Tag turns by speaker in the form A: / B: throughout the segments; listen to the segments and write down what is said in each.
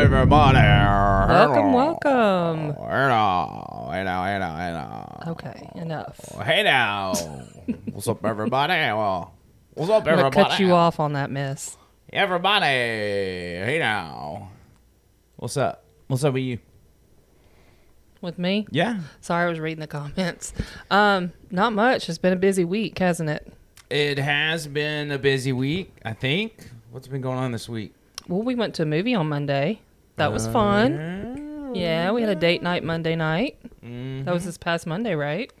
A: everybody.
B: Welcome, welcome.
A: Hello, hello, hello, hello.
B: Okay, enough.
A: Hey now. What's up, everybody? Well, what's up,
B: I'm gonna
A: everybody?
B: cut you off on that miss.
A: Everybody. Hey now. What's up? What's up with you?
B: With me?
A: Yeah.
B: Sorry, I was reading the comments. Um, not much. It's been a busy week, hasn't it?
A: It has been a busy week, I think. What's been going on this week?
B: Well, we went to a movie on Monday. That
A: Oh,
B: was fun. Yeah, we had a date night Monday night. That
A: Mm-hmm.
B: was this past Monday, right?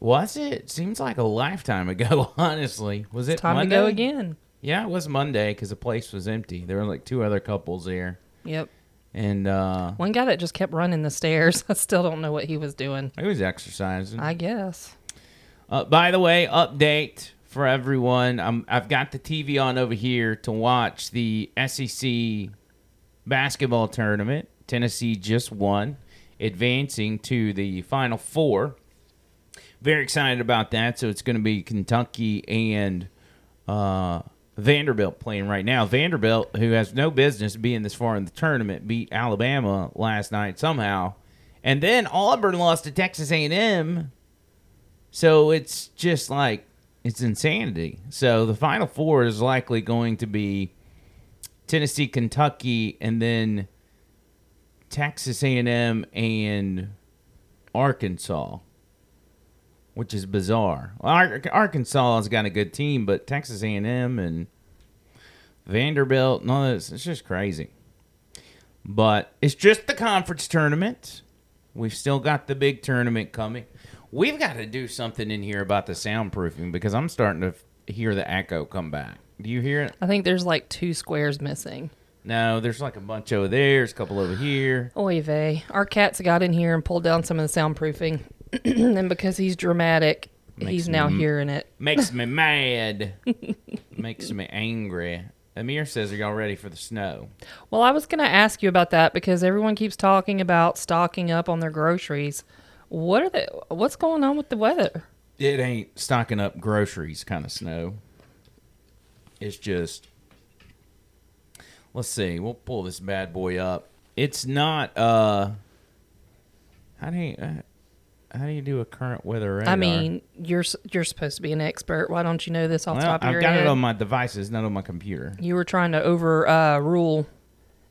A: Was it? Seems like a lifetime ago, honestly. Was it
B: Time
A: Monday?
B: to go again.
A: Yeah, it was Monday because the place was empty. There were like two other couples there.
B: Yep.
A: And uh
B: One guy that just kept running the stairs. I still don't know what he was doing.
A: he was exercising.
B: I guess.
A: Uh, by the way, update for everyone. I'm, I've got the TV on over here to watch the SEC basketball tournament. Tennessee just won, advancing to the Final Four. Very excited about that. So it's going to be Kentucky and uh, Vanderbilt playing right now. Vanderbilt, who has no business being this far in the tournament, beat Alabama last night somehow, and then Auburn lost to Texas A&M so it's just like it's insanity. So the final four is likely going to be Tennessee, Kentucky, and then Texas A&M and Arkansas, which is bizarre. Well, Ar- Arkansas has got a good team, but Texas A&M and Vanderbilt, and all this, it's just crazy. But it's just the conference tournament. We've still got the big tournament coming. We've got to do something in here about the soundproofing because I'm starting to f- hear the echo come back. Do you hear it?
B: I think there's like two squares missing.
A: No, there's like a bunch over there. There's a couple over here.
B: Oy vey. Our cat's got in here and pulled down some of the soundproofing. and because he's dramatic, he's now hearing it.
A: Makes me mad. Makes me angry. Amir says, "Are y'all ready for the snow?"
B: Well, I was going to ask you about that because everyone keeps talking about stocking up on their groceries. What are the what's going on with the weather?
A: It ain't stocking up groceries kind of snow. It's just let's see, we'll pull this bad boy up. It's not uh how do you uh, how do you do a current weather radar?
B: I mean, you're s- you're supposed to be an expert. Why don't you know this off the
A: well,
B: top of
A: I've
B: your
A: got
B: head?
A: it on my devices, not on my computer.
B: you were trying to overrule uh, rule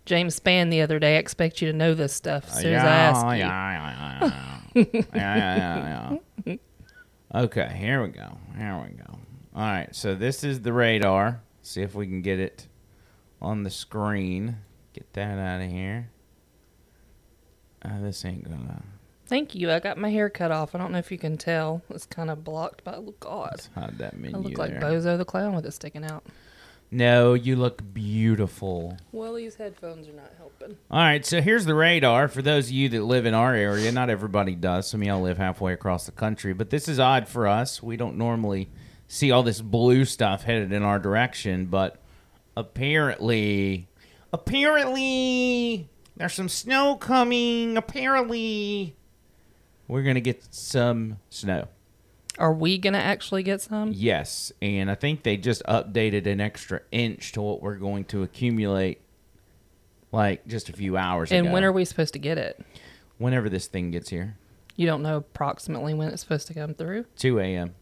B: James Spann the other day. I expect you to know this stuff as soon as I ask
A: Uh, yeah,
B: you.
A: yeah, yeah, yeah, yeah, yeah, yeah, yeah. Okay, here we go. Here we go. All right, so this is the radar. See if we can get it on the screen. Get that out of here. Uh, this ain't gonna.
B: Thank you. I got my hair cut off. I don't know if you can tell. It's kind of blocked by oh God.
A: Let's hide that menu
B: I look like
A: there.
B: Bozo the Clown with it sticking out.
A: No, you look beautiful.
B: Well, these headphones are not helping.
A: All right, so here's the radar for those of you that live in our area. Not everybody does. Some of y'all live halfway across the country, but this is odd for us. We don't normally see all this blue stuff headed in our direction, but apparently, apparently, there's some snow coming. Apparently, we're gonna get some snow.
B: Are we gonna actually get some?
A: Yes, and I think they just updated an extra inch to what we're going to accumulate, like just a few hours ago
B: And when are we supposed to get it?
A: whenever this thing gets here.
B: You don't know approximately when it's supposed to come through.
A: 2 a.m.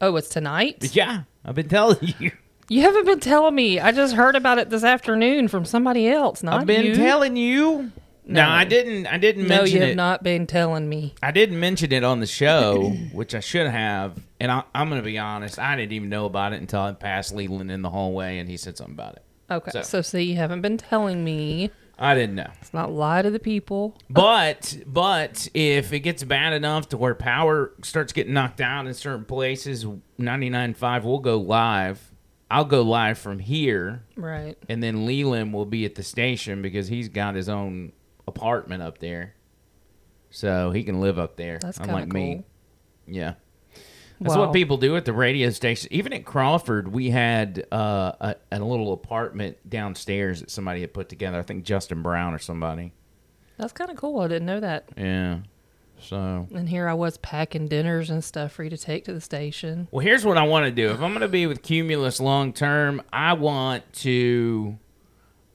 B: Oh, it's tonight.
A: Yeah, I've been telling you.
B: You haven't been telling me. I just heard about it this afternoon from somebody else. Not
A: I've been
B: you.
A: telling you. No,
B: No.
A: I didn't. I didn't
B: No,
A: mention
B: you have
A: it.
B: not been telling me.
A: I didn't mention it on the show, which I should have. And I, I'm going to be honest. I didn't even know about it until I passed Leland in the hallway, and he said something about it.
B: Okay,
A: So-
B: so, see, you haven't been telling me.
A: I didn't know.
B: It's not lie to the people.
A: But but if it gets bad enough to where power starts getting knocked out in certain places, 99.5 will go live. I'll go live from here.
B: Right.
A: and then Leland will be at the station because he's got his own apartment up there, so he can live up there.
B: That's
A: unlike
B: kinda
A: me.
B: cool.
A: Yeah, that's
B: Wow.
A: what people do at the radio station. Even at Crawford, we had uh, a, a little apartment downstairs that somebody had put together. I think Justin Brown or somebody.
B: That's kind of cool. I didn't know that.
A: Yeah. So
B: And here I was packing dinners and stuff for you to take to the station.
A: Well, here's what I want to do. If I'm going to be with Cumulus long term, I want to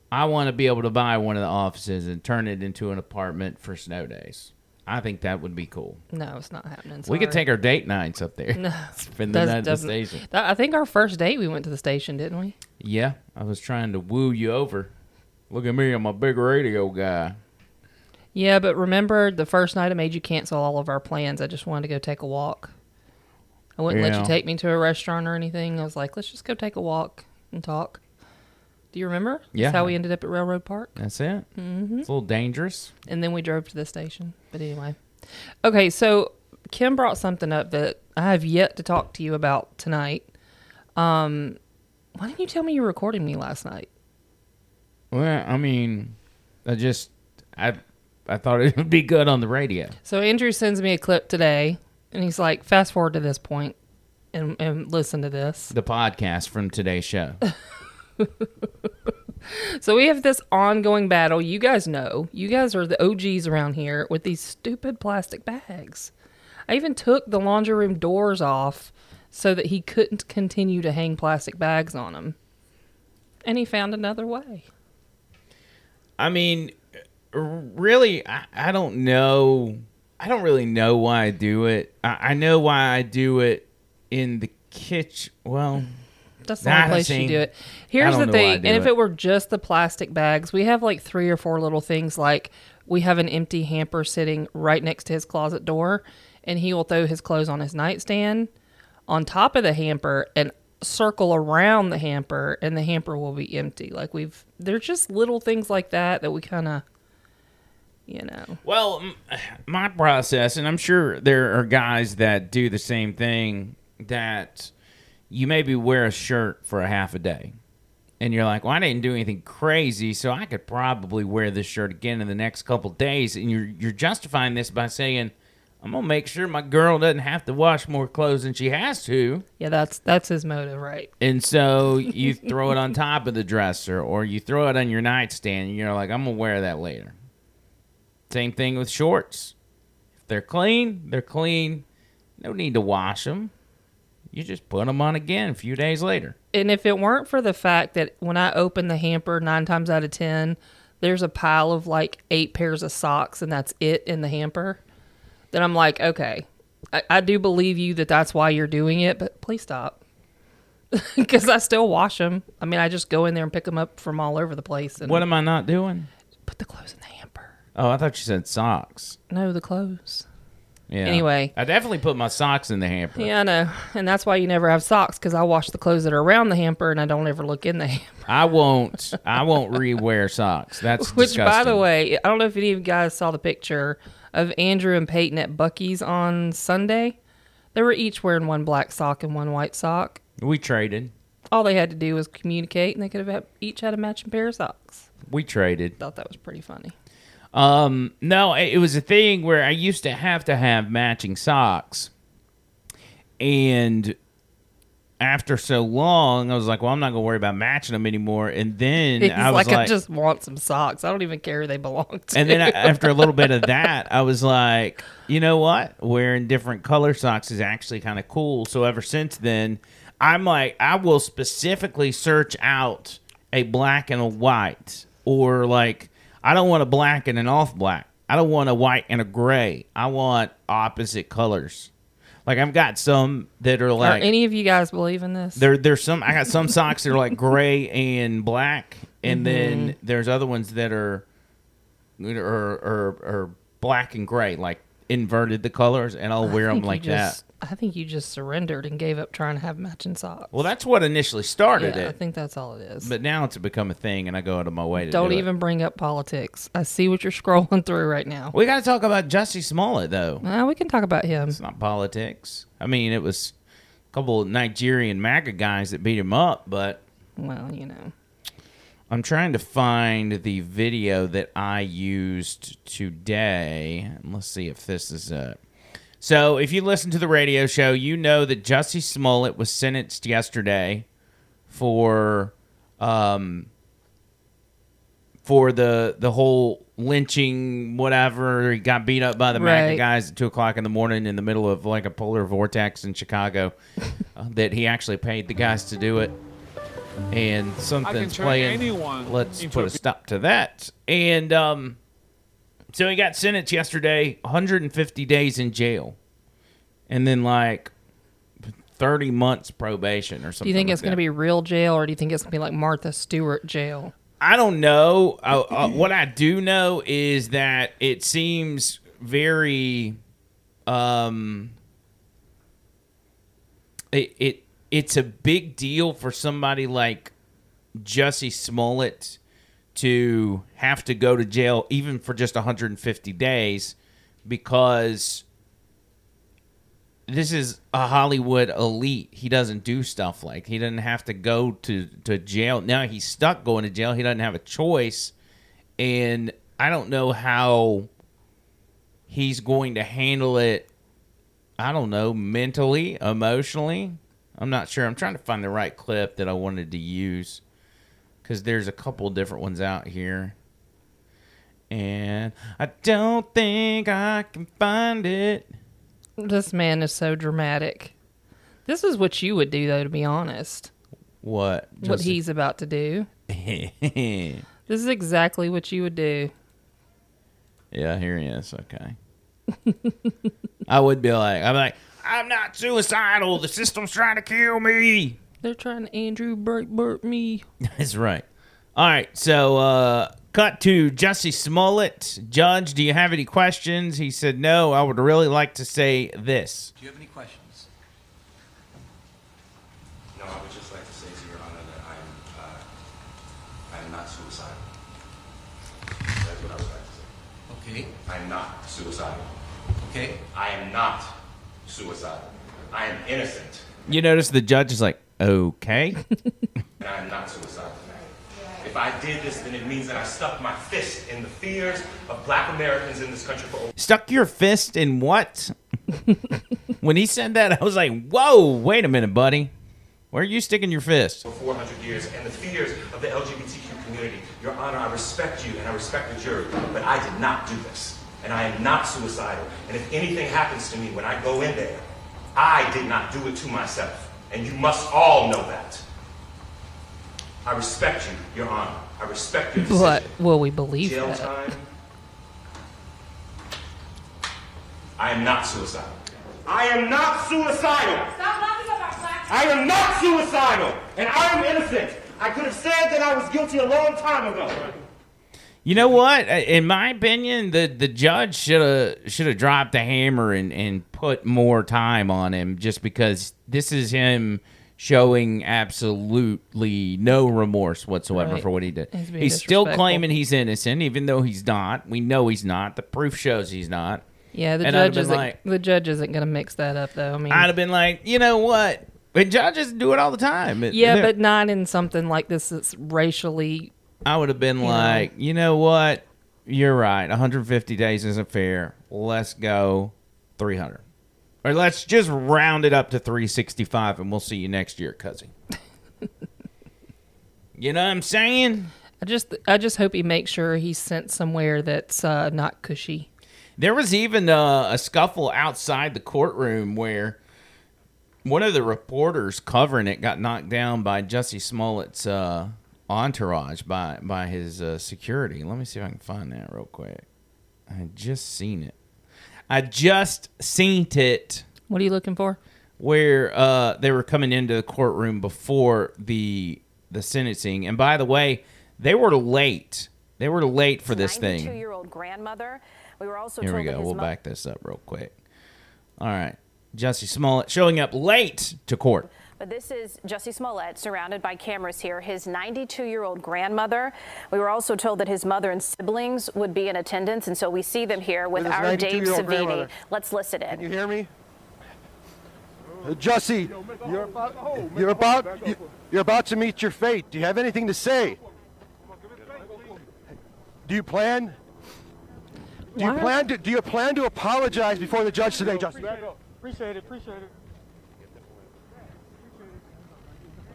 A: I want to be able to buy one of the offices and turn it into an apartment for snow days. I think that would be cool.
B: No, it's not happening.
A: We could
B: sorry.
A: take our date nights up there.
B: No,
A: Spend the
B: that's
A: night at the
B: definitely-
A: station.
B: That- I think our first date we went to the station, didn't we?
A: Yeah, I was trying to woo you over. Look at me, I'm a big radio guy.
B: Yeah, but remember the first night I made you cancel all of our plans. I just wanted to go take a walk. I wouldn't let
A: Yeah.
B: you take me to a restaurant or anything. I was like, let's just go take a walk and talk. Do you remember?
A: Yeah.
B: That's how we ended up at Railroad Park.
A: That's it. Mm-hmm. It's a little dangerous.
B: And then we drove to the station. But anyway. Okay, so Kim brought something up that I have yet to talk to you about tonight. Um, why didn't you tell me you were recording me last night?
A: Well, I mean, I just I I thought it would be good on the radio.
B: So Andrew sends me a clip today, and he's like, "Fast forward to this point, and and listen to this."
A: The podcast from today's show.
B: So we have this ongoing battle. You guys know, you guys are the OGs around here with these stupid plastic bags. I even took the laundry room doors off so that he couldn't continue to hang plastic bags on them, and he found another way.
A: I mean, r- really, I, I don't know. I don't really know why I do it. I, I know why I do it in the kitchen. Well,
B: That's the
A: Nah,
B: only place
A: see,
B: you do it.
A: I
B: Here's
A: don't
B: the
A: know why I
B: thing,
A: do
B: and if
A: it.
B: it were just the plastic bags, we have like three or four little things. Like we have an empty hamper sitting right next to his closet door, and he will throw his clothes on his nightstand, on top of the hamper, and circle around the hamper, and the hamper will be empty. Like we've, there's just little things like that that we kind of, you know,
A: Well, m- my process, and I'm sure there are guys that do the same thing. That you maybe wear a shirt for a half a day, and you're like, "Well, I didn't do anything crazy, so I could probably wear this shirt again in the next couple days." And you're you're justifying this by saying, "I'm gonna make sure my girl doesn't have to wash more clothes than she has to."
B: yeah, that's that's his motive, right?
A: And so you throw it on top of the dresser or you throw it on your nightstand and you're like, I'm going to wear that later. Same thing with shorts. If they're clean, they're clean. No need to wash them. You just put them on again a few days later.
B: and if it weren't for the fact that when I open the hamper nine times out of ten, there's a pile of like eight pairs of socks, and that's it in the hamper, then I'm like, okay, I, I do believe you that that's why you're doing it, but please stop. Because I still wash them. I mean, I just go in there and pick them up from all over the place and
A: What am I not doing?
B: put the clothes in the hamper.
A: Oh, I thought you said socks.
B: No, the clothes.
A: Yeah.
B: Anyway.
A: I definitely put my socks in the hamper.
B: Yeah, I know. And that's why you never have socks because I wash the clothes that are around the hamper and I don't ever look in the hamper.
A: I won't. I won't rewear socks. That's
B: Which, by the
A: disgusting.
B: way, I don't know if any of you guys saw the picture of Andrew and Peyton at Bucky's on Sunday. They were each wearing one black sock and one white sock.
A: we traded.
B: All they had to do was communicate, and they could have had, each had a matching pair of socks.
A: We traded.
B: Thought that was pretty funny.
A: Um, no, it, it was a thing where I used to have to have matching socks, and after so long, I was like, "Well, I'm not gonna worry about matching them anymore." And then
B: He's
A: I was
B: like,
A: like,
B: I just want some socks. I don't even care who they belong to.
A: and then I, after a little bit of that, I was like, "You know what? Wearing different color socks is actually kind of cool." So ever since then, I'm like, I will specifically search out a black and a white, or like, I don't want a black and an off black. I don't want a white and a gray. I want opposite colors. Like I've got some that are
B: Are
A: like
B: any of you guys believe in this?
A: there, there's some. I got some socks that are like gray and black, and then
B: Mm-hmm.
A: there's other ones that are, are, are, are black and gray, like inverted the colors, and I'll wear
B: I
A: them
B: think you
A: like
B: just-
A: that.
B: I think you just surrendered and gave up trying to have matching socks.
A: Well, that's what initially started
B: yeah, I
A: it,
B: think that's all it is.
A: but now it's become a thing, and I go out of my way to
B: don't
A: do it.
B: even bring up politics. I see what you're scrolling through right now.
A: We got to talk about Jussie Smollett, though.
B: Well, Uh, we can talk about him.
A: It's not politics. I mean, it was a couple of Nigerian MAGA guys that beat him up, but
B: Well, you know.
A: I'm trying to find the video that I used today. And Let's see if this is it. So, if you listen to the radio show, you know that Jussie Smollett was sentenced yesterday for um for the the whole lynching whatever. He got beat up by the MAGA
B: Right.
A: guys at two o'clock in the morning in the middle of like a polar vortex in Chicago. uh, that he actually paid the guys to do it. and something's
C: turn
A: playing.
C: anyone
A: Let's
C: into
A: put
C: a
A: a
C: be-
A: stop to that. And um, so he got sentenced yesterday, 150 days in jail, and then like 30 months probation or something.
B: Do you think
A: like
B: it's going to
A: that.
B: be real jail, or do you think it's going to be like Martha Stewart jail?
A: I don't know. Uh, uh, what I do know is that it seems very, um, it, it it's a big deal for somebody like Jussie Smollett to have to go to jail even for just 150 days because this is a Hollywood elite. He doesn't do stuff like he doesn't have to go to to jail. Now he's stuck going to jail. He doesn't have a choice, and I don't know how he's going to handle it. I don't know mentally, emotionally. I'm not sure. I'm trying to find the right clip that I wanted to use because there's a couple different ones out here. And I don't think I can find it.
B: This man is so dramatic. This is what you would do, though, to be honest.
A: What?
B: What
A: Justin?
B: he's about to do.
A: yeah,
B: This is exactly what you would do.
A: here he is. Okay. I would be like, I'm like, I'm not suicidal. The system's trying to kill me.
B: They're trying to Andrew Burt Burt me.
A: That's right. All right. So, uh, cut to Jesse Smollett. Judge, do you have any questions? He said, No, I would really like to say this.
D: Do you have any questions?
E: No, I would just like to say to Your Honor that I am, uh, I am not suicidal. That's what I would like to say.
D: Okay,
E: I am not suicidal.
D: okay.
E: I am not suicidal. I am innocent,
A: You notice the judge is like, Okay.
E: and I am not suicidal. If I did this, then it means that I stuck my fist in the fears of black Americans in this country for over
A: Stuck your fist in what? when he said that, I was like, Whoa, wait a minute, buddy. Where are you sticking your fist?
E: for 400 years and the fears of the LGBTQ community. Your Honor, I respect you and I respect the jury, but I did not do this. And I am not suicidal. And if anything happens to me when I go in there, I did not do it to myself. And you must all know that. I respect you, Your Honor. I respect your decision.
B: But will we believe
E: Jail
B: that?
E: time. I am not suicidal. I am not suicidal!
F: Stop knocking up our black
E: I am not suicidal, and I am innocent. I could have said that I was guilty a long time ago.
A: You know what? Uh, In my opinion, the, the judge should have should have dropped the hammer and, and put more time on him just because this is him showing absolutely no remorse whatsoever
B: Right.
A: for what he did.
B: He's being
A: He's still
B: disrespectful.
A: claiming he's innocent, even though he's not. We know he's not. The proof shows he's not.
B: Yeah, the
A: And I'd have
B: judge
A: been
B: isn't
A: like-
B: the judge isn't going to mix that up, though. I mean,
A: I'd have been like, you know what? But judges do it all the time. It-
B: yeah,
A: they're-
B: but not in something like this that's racially
A: I would have been like, you know what? You're right. 150 days isn't fair. Let's go 300. Or let's just round it up to 365 and we'll see you next year, cousin. you know what I'm saying?
B: I just I just hope he makes sure he's sent somewhere that's uh, not cushy.
A: There was even uh, a scuffle outside the courtroom where one of the reporters covering it got knocked down by Jesse Smollett's uh, entourage by by his uh, security. Let me see if I can find that real quick. I just seen it. I just seen it
B: What are you looking for?
A: where uh, they were coming into the courtroom before the the sentencing. And by the way, they were late. They were late for this thing.
F: 92-year-old grandmother. We were also
A: Here we
F: told that
A: go.
F: his
A: We'll
F: mother
A: back this up real quick. All right. Jesse Smollett showing up late to court.
F: But this is Jesse Smollett, surrounded by cameras here, his 92 year old grandmother. We were also told that his mother and siblings would be in attendance, and so we see them here with
G: With his
F: our Dave
G: 92-year-old
F: Savini.
G: grandmother.
F: Let's listen in.
G: You hear me? Uh, Jussie, you're about, you're about, you- you're about to meet your fate. Do you have anything to say? Do you plan? Do you
B: Why-
G: plan to, do you plan to apologize before the judge today, Jussie?
H: Appreciate it, appreciate it.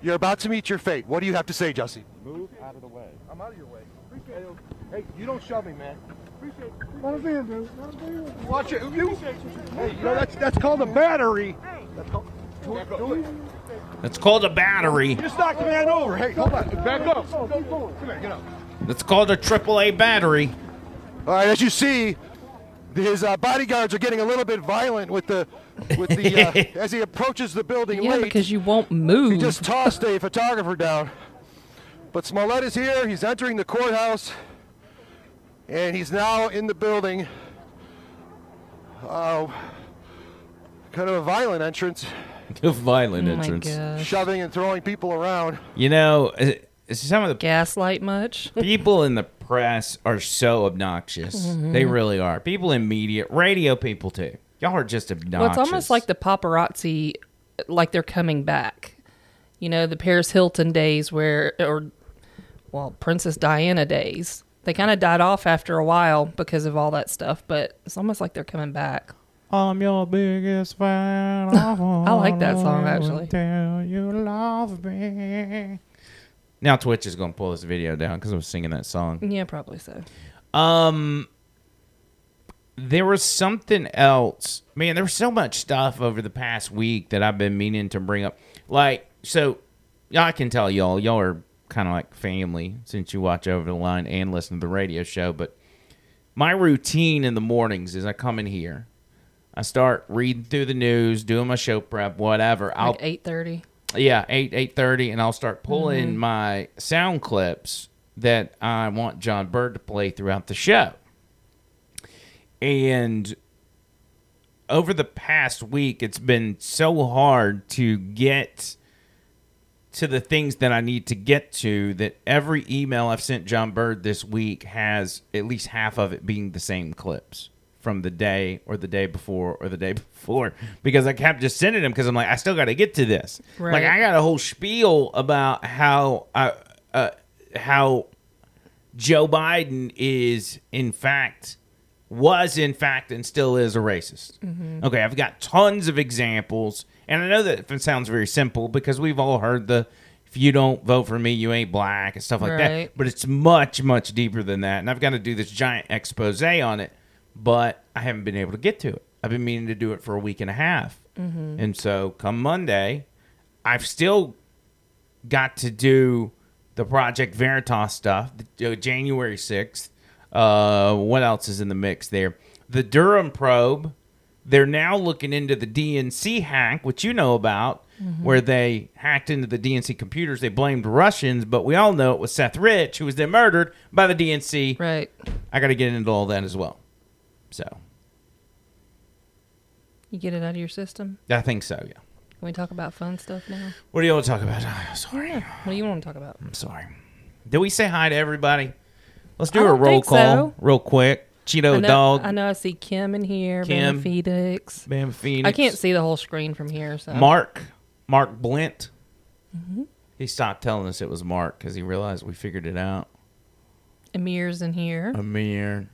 G: You're about to meet your fate. What do you have to say, Jussie?
H: Move out of the way. I'm out of your way. Appreciate it. Hey, you don't shove me, man. Appreciate it. Let us in, dude. Let us in.
G: Watch it. You, hey, you know, that's, that's called a battery.
H: Hey.
G: That's called,
H: Don't do it.
A: That's called a battery.
H: Just knock the man over. Hey, hold on. Back up. Keep going. Come here, get up.
A: That's called a AAA battery.
G: All right, as you see, his uh, bodyguards are getting a little bit violent with the with the uh, as he approaches the building
B: Yeah,
G: late.
B: because you won't
G: he
B: move.
G: just tossed a photographer down. But Smollett is here. He's entering the courthouse, and he's now in the building. Uh, kind of a violent entrance,
A: Violent
B: oh my
A: entrance.
B: gosh.
G: shoving and throwing people around.
A: You know, uh, some of the
B: Gaslight much?
A: people in the press are so obnoxious.
B: Mm-hmm.
A: They really are. People in media, radio people too. Y'all are just obnoxious.
B: Well, it's almost like the paparazzi, like they're coming back. You know, the Paris Hilton days where, or, well, Princess Diana days. They kind of died off after a while because of all that stuff, but it's almost like they're coming back.
A: I'm your biggest fan. I
B: I like that song, actually.
A: Tell you love me. Now Twitch is gonna pull this video down because I'm singing that song.
B: Yeah, probably so.
A: There was something else, man. There was so much stuff over the past week that I've been meaning to bring up. Like, so I can tell y'all, y'all are kind of like family since you watch Over the Line and listen to the radio show. But my routine in the mornings is I come in here, I start reading through the news, doing my show prep, whatever. I'll
B: Like eight thirty.
A: yeah eight eight thirty, and I'll start pulling my sound clips that I want John Bird to play throughout the show. And over the past week, it's been so hard to get to the things that I need to get to that every email I've sent John Bird this week has at least half of it being the same clips from the day or the day before or the day before because I kept just sending them because I'm like, I still got to get to this. Like,
B: Right.
A: I got a whole spiel about how I, uh, how Joe Biden is, in fact, was in fact and still is a racist. Okay, I've got tons of examples, and I know that it sounds very simple because we've all heard the "if you don't vote for me, you ain't black" and stuff like
B: Right.
A: that. But it's much, much deeper than that, and I've got to do this giant expose on it. But I haven't been able to get to it. I've been meaning to do it for a week and a half, and so come Monday, I've still got to do the Project Veritas stuff, the, uh, January 6th. Uh, what else is in the mix there? The Durham probe. They're now looking into the DNC hack, which you know about, where they hacked into the DNC computers. They blamed Russians, but we all know it was Seth Rich who was then murdered by the DNC.
B: Right.
A: I got to get into all that as well. So
B: You get it out of your system.
A: I think so, yeah.
B: Can we talk about fun stuff now?
A: What do you want to talk about? I'm sorry.
B: Yeah. What do you want to talk about?
A: I'm sorry. Did we say hi to everybody? Let's do
B: I
A: a
B: don't
A: roll
B: think
A: call
B: so.
A: real quick. Cheeto
B: I
A: Oh,
B: know,
A: dog.
B: I know. I see Kim in here.
A: Kim.
B: Kim. Phoenix.
A: Bam Phoenix.
B: I can't see the whole screen from here. So
A: Mark. Mark Blint.
B: Mm-hmm.
A: He stopped telling us it was Mark because he realized we figured it out.
B: Amir's in here.
A: Oh. Amir.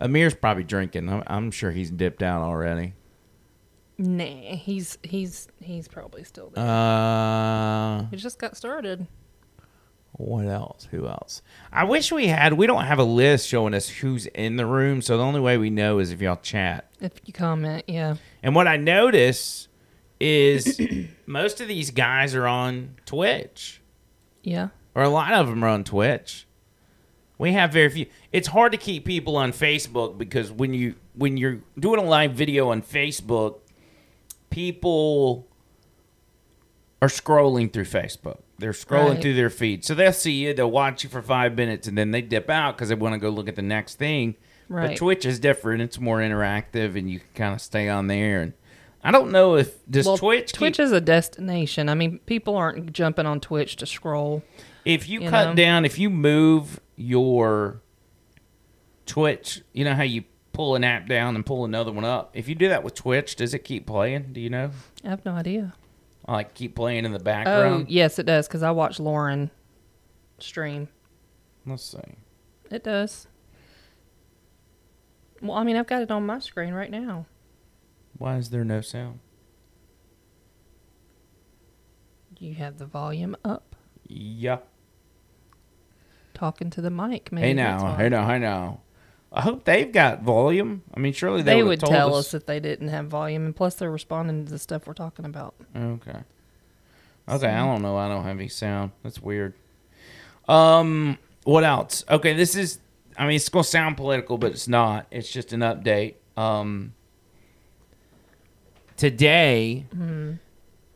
A: Amir's probably drinking. I'm, I'm sure he's dipped out already.
B: Nah, he's he's he's probably still there.
A: Uh,
B: it just got started.
A: what else? Who else? I wish we had. We don't have a list showing us who's in the room, so the only way we know is if y'all chat.
B: If you comment, yeah.
A: And what I notice is most of these guys are on Twitch,
B: Yeah.
A: or a lot of them are on Twitch. We have very few. It's hard to keep people on Facebook because when you when you're doing a live video on Facebook, people are scrolling through Facebook. They're scrolling
B: Right.
A: through their feed, so they'll see you. They'll watch you for five minutes, and then they dip out because they want to go look at the next thing. But
B: Right.
A: Twitch is different. It's more interactive, and you can kind of stay on there. And I don't know if does
B: Well,
A: Twitch keep-
B: Twitch is a destination. I mean, people aren't jumping on Twitch to scroll.
A: If you,
B: you
A: cut
B: know?
A: down, if you move your Twitch, you know how you pull an app down and pull another one up. If you do that with Twitch, does it keep playing? Do you know?
B: I have no idea.
A: Like keep playing in the
B: Oh,
A: background.
B: yes, it does because I watch Lauren stream.
A: Let's see.
B: It does. Well, I mean, I've got it on my screen right now.
A: Why is there no sound?
B: You have the volume up,
A: Yeah.
B: talking to the mic. Maybe
A: Hey
B: that's
A: now.
B: why.
A: Hey now. Hey now. I hope they've got volume. I mean, surely they,
B: They would
A: told
B: tell us. that they didn't have volume, and plus they're responding to the stuff we're talking about.
A: Okay. Okay, I don't know. I don't have any sound. That's weird. Um, what else? Okay, this is. I mean, it's gonna sound political, but it's not. It's just an update. Um, today,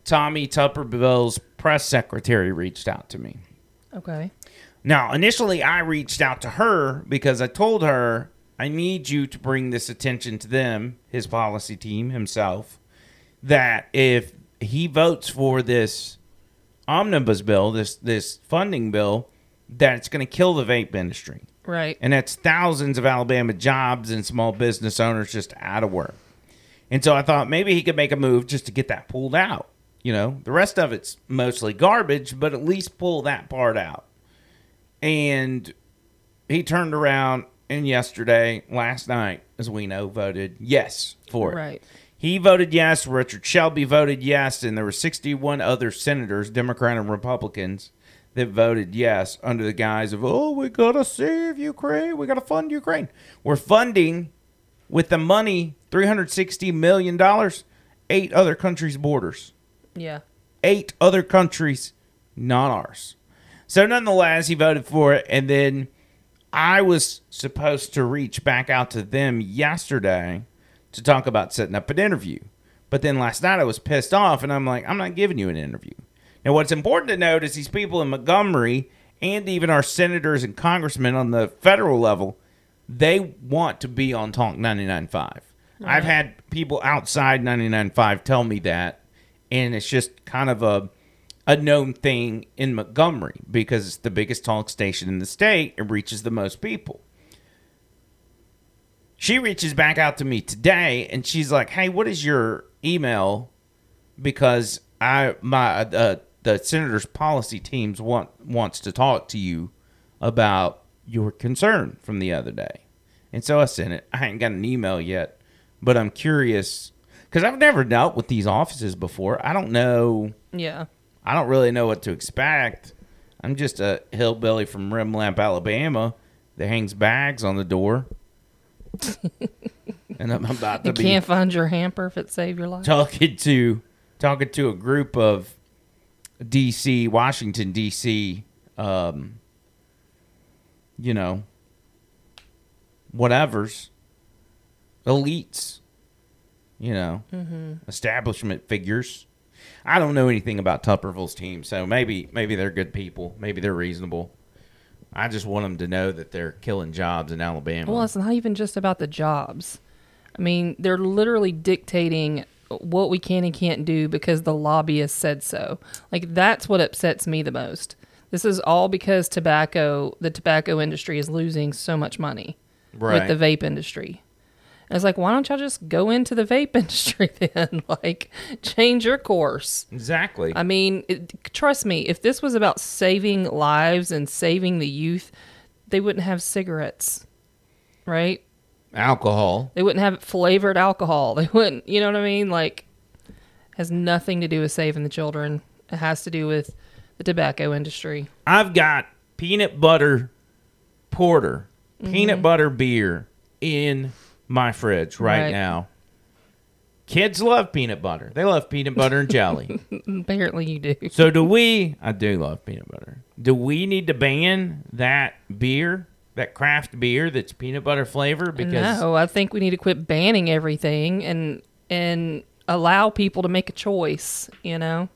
A: Tommy Tupperville's press secretary reached out to me.
B: Okay.
A: Now, initially, I reached out to her because I told her I need you to bring this attention to them, his policy team, himself, that if he votes for this omnibus bill, this this funding bill, that it's going to kill the vape industry,
B: Right.
A: and that's thousands of Alabama jobs and small business owners just out of work. And so I thought maybe he could make a move just to get that pulled out. You know, the rest of it's mostly garbage, but at least pull that part out and he turned around and yesterday, last night, as we know, voted yes for it.
B: Right.
A: He voted yes. Richard Shelby voted yes, and there were 61 other senators, Democrat and Republicans, that voted yes under the guise of "Oh, we gotta save Ukraine. We gotta fund Ukraine. We're funding with the money 360 million dollars, eight other countries' borders."
B: yeah.
A: eight other countries, not ours. So, nonetheless, he voted for it. And then I was supposed to reach back out to them yesterday to talk about setting up an interview. But then last night I was pissed off and I'm like, I'm not giving you an interview. Now, what's important to note is these people in Montgomery and even our senators and congressmen on the federal level, they want to be on Talk 99.5. I've had people outside 99.5 tell me that and it's just kind of a a known thing in Montgomery because it's the biggest talk station in the state. It reaches the most people. She reaches back out to me today and she's like, "Hey, what is your email?" Because I my uh, the senator's policy teams want wants to talk to you about your concern from the other day, and so I sent it. I ain't got an email yet, but I'm curious because I've never dealt with these offices before. I don't know.
B: Yeah.
A: I don't really know what to expect. I'm just a hillbilly from Rimlamp, Alabama, that hangs bags on the door, and I'm about to
B: You
A: be
B: can't find your hamper if it saved your life.
A: talking to talking to a group of DC, Washington DC, um, you know, whatever's elites, you know, establishment figures. I don't know anything about Tupperville's team, so maybe maybe they're good people, maybe they're reasonable. I just want them to know that they're killing jobs in Alabama.
B: Well, it's not even just about the jobs. I mean, they're literally dictating what we can and can't do because the lobbyist said so. Like that's what upsets me the most. This is all because tobacco, the tobacco industry is losing so much money
A: Right.
B: with the vape industry. And it's like, why don't y'all just go into the vape industry then? like, change your course.
A: exactly.
B: I mean, it, trust me, if this was about saving lives and saving the youth, they wouldn't have cigarettes, right?
A: Alcohol.
B: They wouldn't have flavored alcohol. They wouldn't, you know what I mean? Like, has nothing to do with saving the children. It has to do with the tobacco industry.
A: I've got peanut butter porter,
B: Mm-hmm.
A: peanut butter beer in my fridge right,
B: Right.
A: now. Kids love peanut butter. They love peanut butter and jelly.
B: Apparently, you do.
A: so do we? I do love peanut butter. Do we need to ban that beer, that craft beer that's peanut butter flavor? Because
B: No, I think we need to quit banning everything and and allow people to make a choice, you know?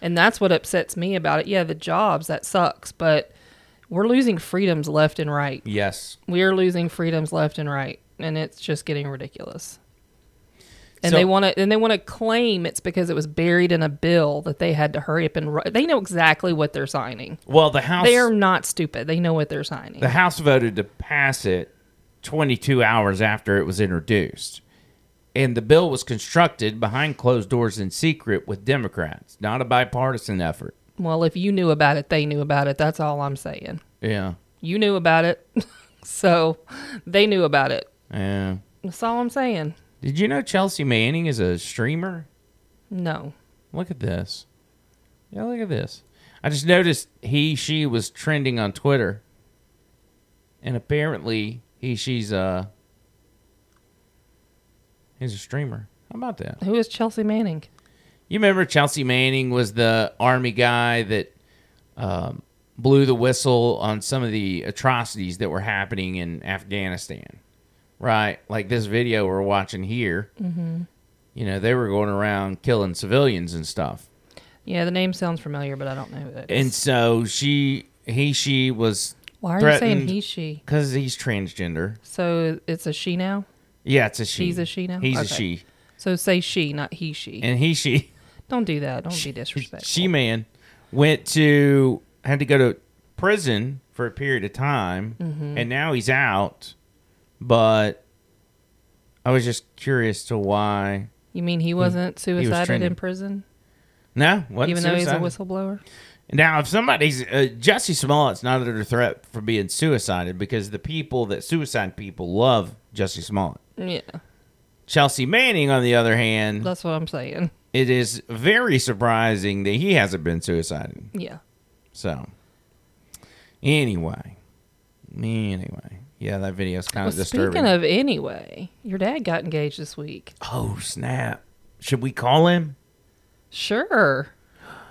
B: And that's what upsets me about it. Yeah, the jobs, that sucks, but we're losing freedoms left and right.
A: yes,
B: We are losing freedoms left and right, and it's just getting ridiculous. And
A: So-
B: they want to and they want to claim it's because it was buried in a bill that they had to hurry up and write. They know exactly what they're signing.
A: well the house
B: They are not stupid. They know what they're signing.
A: The House voted to pass it 22 hours after it was introduced. And the bill was constructed behind closed doors in secret with Democrats, not a bipartisan effort.
B: Well, if you knew about it, they knew about it. That's all I'm saying.
A: Yeah.
B: You knew about it. so they knew about it.
A: Yeah.
B: That's all I'm saying.
A: Did you know Chelsea Manning is a streamer?
B: No.
A: Look at this. Yeah, look at this. I just noticed he, she was trending on Twitter. And apparently He, she's uh, he's a streamer. How about that?
B: Who is Chelsea Manning?
A: You remember Chelsea Manning was the army guy that um, blew the whistle on some of the atrocities that were happening in Afghanistan, right? Like this video we're watching here. Mm-hmm. You know, they were going around killing civilians and stuff.
B: Yeah, the name sounds familiar, but I don't know who it is.
A: And so she, he, she was.
B: Why are you saying he, she?
A: Because he's transgender.
B: So it's a she now?
A: Yeah, it's a she.
B: She's a she now?
A: He's a
B: Okay.
A: she.
B: So say she, not he, she.
A: And he, she.
B: don't do that. Don't be disrespectful.
A: She man went to had to go to prison for a period of time,
B: Mm-hmm.
A: and now he's out. But I was just curious to why.
B: you mean
A: Hmm.
B: he wasn't suicided
A: training.
B: in prison?
A: No, wasn't
B: Even though he's a
A: suicided.
B: whistleblower?
A: Now, if somebody's uh, Jesse Smollett's not under threat for being suicided because the people that suicide people love Jesse Smollett.
B: Yeah.
A: Chelsea Manning, on the other hand,
B: That's what I'm saying.
A: it is very surprising that he hasn't been suicided.
B: Yeah.
A: So, anyway, anyway, yeah, that video's kind
B: Well,
A: of disturbing.
B: speaking of anyway, your dad got engaged this week.
A: oh snap! Should we call him?
B: Sure.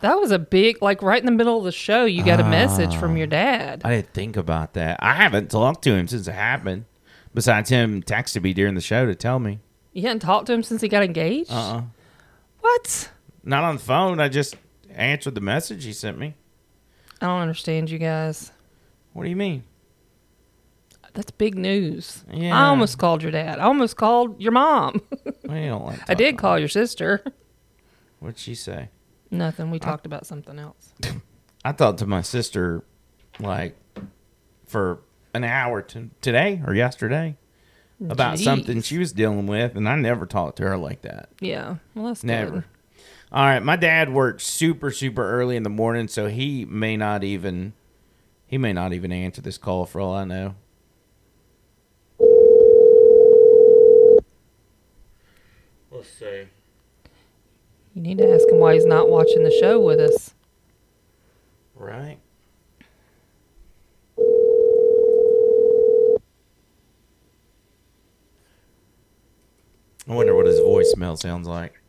B: That was a big, like right in the middle of the show, you got a message from your dad.
A: I didn't think about that. I haven't talked to him since it happened. Besides him texting me during the show to tell me.
B: You hadn't talked to him since he got engaged?
A: Uh-uh.
B: What?
A: Not on the phone. I just answered the message he sent me.
B: I don't understand you guys.
A: What do you mean?
B: That's big news.
A: Yeah.
B: I almost called your dad. I almost called your mom.
A: We don't like
B: I did
A: talking.
B: call your sister.
A: What'd she say?
B: Nothing. We talked about something else.
A: I talked to my sister like for an hour t- today or yesterday about
B: Jeez.
A: something she was dealing with, and I never talked to her like that.
B: Yeah. Well, that's
A: Never.
B: Good.
A: All right, my dad works super super early in the morning, so he may not even he may not even answer this call for all I know.
C: Let's see.
B: You need to ask him why he's not watching the show with us.
A: Right. I wonder what his voicemail sounds like.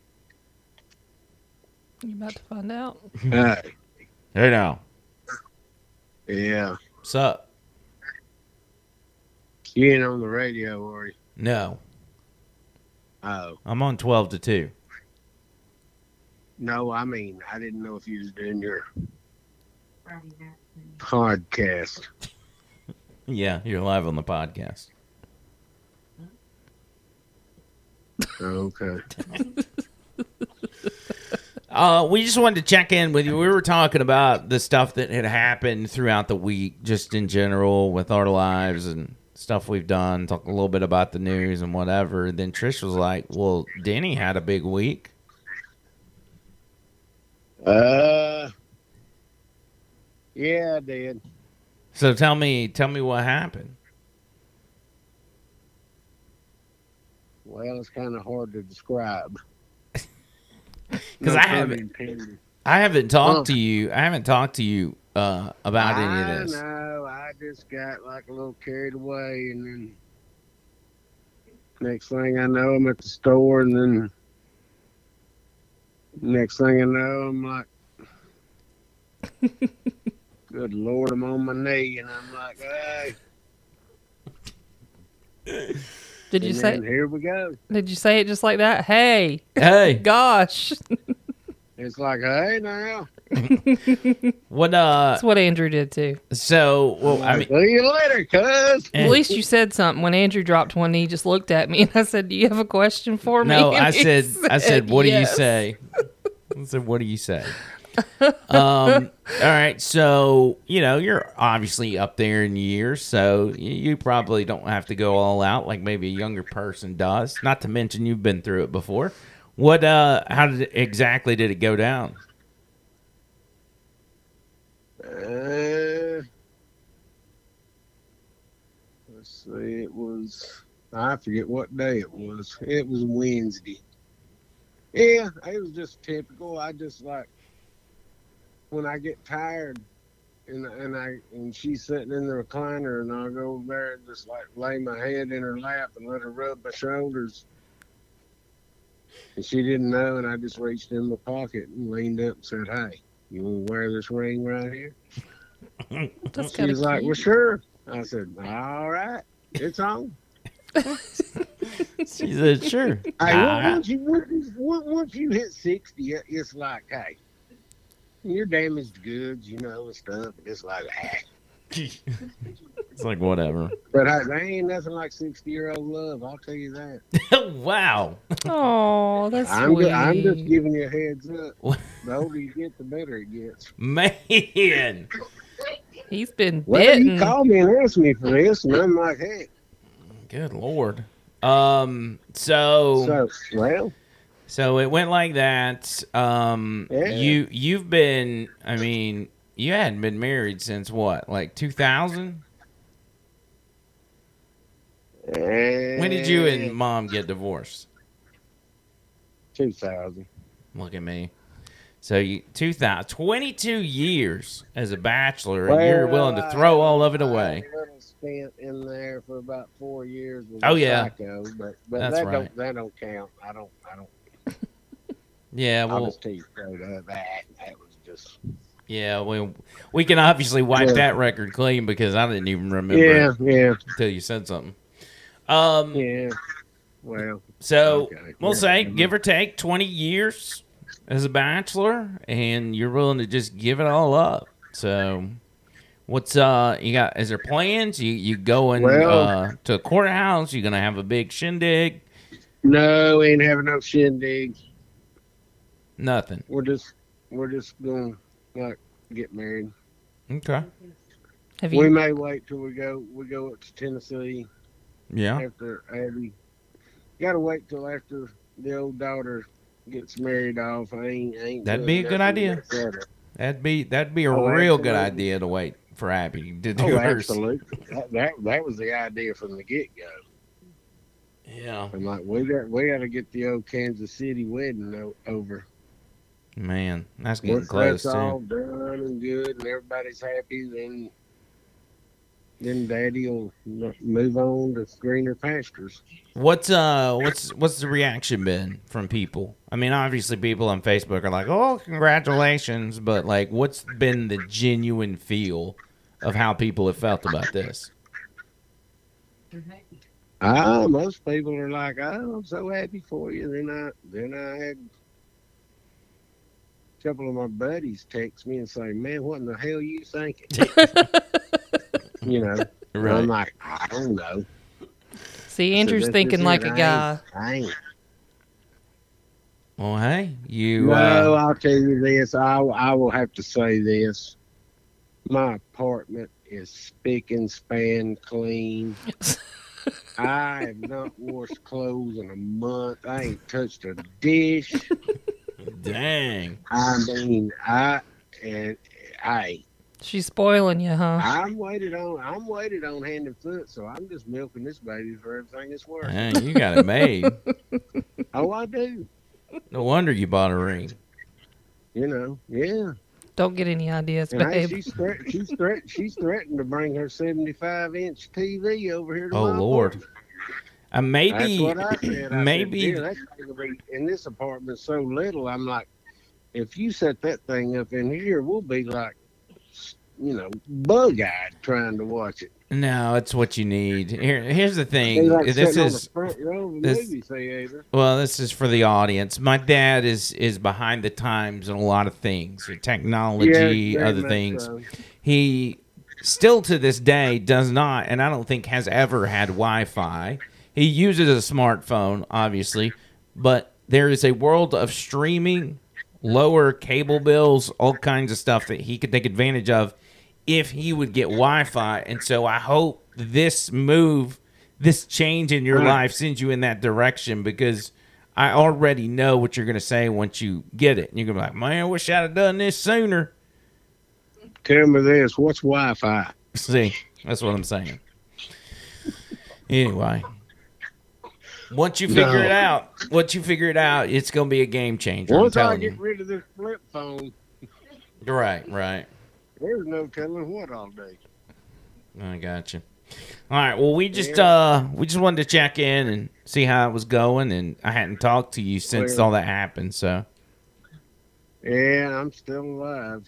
B: You're about to find out.
D: Uh,
A: Hey now,
D: yeah.
A: what's up?
D: You ain't on the radio, are you?
A: No,
D: Oh,
A: I'm on 12 to 2.
D: no, I mean, I didn't know if you was doing your podcast.
A: Yeah, you're live on the podcast.
D: Okay.
A: Uh, we just wanted to check in with you. We were talking about the stuff that had happened throughout the week, just in general with our lives and stuff we've done. Talk a little bit about the news and whatever. And then Trish was like, "Well, Denny had a big week."
D: Uh, yeah, I did.
A: So tell me, tell me what happened.
D: Well, it's kind of hard to describe.
A: 'Cause
D: No
A: I
D: pun
A: haven't-
D: intended.
A: I haven't talked
D: Well-
A: to you. I haven't talked to you uh, about any
D: I
A: of this.
D: know. I just got like a little carried away, and then next thing I know, I'm at the store, and then next thing I know, I'm like, "Good Lord, I'm on my knee," and I'm like, "Hey!"
B: Did you
D: And
B: say?
D: then here we go.
B: Did you say it just like that? Hey,
A: Hey,
B: gosh,
D: It's like, "Hey, now,
A: what? Uh,
B: that's what Andrew did too.
A: so well, I mean,
D: see you later, cuz."
A: Eh.
B: At least you said something. When Andrew dropped one, he just looked at me and I said, "Do you have a question for me?"
A: No,
B: And
A: I
B: he
A: said, I said, what
B: yes."
A: do you say? I said, what do you say? um, all right, so you know you're obviously up there in years, so y- you probably don't have to go all out like maybe a younger person does. Not to mention you've been through it before. What? Uh, how did it, exactly did it go down?
D: Uh, let's see, it was, I forget what day it was. It was Wednesday. Yeah, it was just typical. I just like, when I get tired, and and I and she's sitting in the recliner, and I'll go over there and just like lay my head in her lap and let her rub my shoulders. And she didn't know, and I just reached in my pocket and leaned up and said, "Hey, you want to wear this ring right here?"
B: That's
D: She
B: kind
D: was
B: of
D: like,
B: cute.
D: "Well, sure." I said, "All right, it's on."
A: She said, sure.
D: Hey,
A: All
D: on-
A: right.
D: once you once, once once you hit sixty, it- it's like, hey, you're damaged goods, you know, and stuff. and It's like, ah.
A: It's like, whatever.
D: but hey, there ain't nothing like sixty year old love. I'll tell you that.
A: wow.
B: Oh, that's
D: I'm
B: sweet.
D: just, I'm just giving you a heads up.
A: What?
D: The older you get, the better it gets.
A: Man.
B: He's been
D: Well,
B: bitten.
D: you called me and asked me for this, and I'm like, hey.
A: Good lord. Um, so so,
D: So, well,
A: it went like that. Um
D: Yeah.
A: you you've been I mean, you hadn't been married since what, like two thousand? When did
D: eh,
A: you and mom get divorced?
D: two thousand?
A: Look at me. So you 2000, 22 years as a bachelor, and
D: Well,
A: you're willing to throw all of it away.
D: Spent in there for about four years. With
A: Oh,
D: a
A: yeah.
D: psycho, but but
A: That's
D: that
A: right.
D: don't that don't count. I don't I don't.
A: Yeah,
D: I'll
A: well,
D: just tell you straight up that that was just
A: yeah, we we can obviously wipe
D: Yeah.
A: that record clean because I didn't even remember
D: yeah yeah
A: until you said something. Um,
D: yeah. Well,
A: so
D: Okay,
A: we'll
D: yeah,
A: say,
D: mhm.
A: give or take, twenty years as a bachelor, and you're willing to just give it all up. So, what's uh, you got? Is there plans? You you going
D: Well-
A: uh, to a courthouse? You gonna have a big shindig?
D: no, ain't having no shindig.
A: Nothing.
D: We're just we're just gonna like get married.
A: Okay.
B: Have
D: We
B: you?
D: may wait till we go we go up to Tennessee
A: Yeah.
D: after Abby. Gotta wait till after the old daughter gets married off. I ain't, I ain't
A: That'd
D: doing
A: be a good
D: nothing
A: idea.
D: like that.
A: That'd be that'd be a
D: Oh,
A: real good
D: absolutely.
A: idea to wait for Abby to do
D: Oh,
A: hers.
D: absolutely. That, that that was the idea from the get go.
A: Yeah.
D: I'm like, we got we got to get the old Kansas City wedding o- over.
A: Man, that's getting
D: Once
A: close
D: that's
A: too.
D: all done and good, and everybody's happy, then then Daddy will m- move on to greener pastures.
A: What's uh what's what's the reaction been from people? I mean, obviously people on Facebook are like, "Oh, congratulations," but like what's been the genuine feel of how people have felt about this?
D: Ah, most people are like, "Oh, I'm so happy for you." Then I then I had a couple of my buddies text me and say, "Man, what in the hell you thinking?" you know, and I'm like, I don't know.
B: See,
D: So
B: Andrew's
D: that's
B: thinking
D: just
B: like
D: it.
B: a
D: I
B: guy.
D: ain't- I ain't
A: Well, hey, you
D: No,
A: uh,
D: I'll tell you this. I, I will have to say this. My apartment is spick and span clean. I have not washed clothes in a month. I ain't touched a dish.
A: dang.
D: I mean, I and I
B: She's spoiling you, huh?
D: I'm waited on. I'm waited on hand and foot, so I'm just milking this baby for everything it's worth.
A: Hey, you got it made.
D: Oh, I do.
A: No wonder you bought a ring.
D: You know, yeah.
B: Don't get any ideas,
D: And hey,
B: babe.
D: she's threat- she's threat- she's threatened to bring her 75 inch TV over here. To
A: Oh
D: my
A: lord.
D: apartment.
A: Uh,
D: That's
A: maybe
D: what I said. I said,
A: maybe
D: "Dear, that's gonna be in this apartment so little. I'm like, if you set that thing up in here, we'll be like, you know, bug eyed trying to watch it.
A: no, it's what you need. Here, here's the
D: They
A: thing.
D: like
A: this
D: sitting
A: is
D: on the front row of the
A: this-
D: movie theater.
A: well, this is for the audience. My dad is is behind the times in a lot of things, with technology,
D: very
A: other
D: much
A: things.
D: so.
A: He still to this day does not, and I don't think has ever had Wi-Fi. He uses a smartphone, obviously, but there is a world of streaming, lower cable bills, all kinds of stuff that he could take advantage of if he would get Wi-Fi. And so I hope this move, this change in your life, sends you in that direction because. I already know what you're going to say once you get it. And you're going to be like, man, I wish I'd have done this sooner.
D: Tell me this: what's Wi-Fi?
A: See, that's what I'm saying. Anyway, once you figure
D: No.
A: it out, once you figure it out, it's gonna be a game changer. I'm
D: Once I
A: telling
D: get
A: you.
D: rid of this flip phone,
A: Right, right.
D: There's no telling what all day.
A: I gotcha. All right. Well, we just uh we just wanted to check in and see how it was going, and I hadn't talked to you since all that happened. So
D: Yeah, I'm still alive.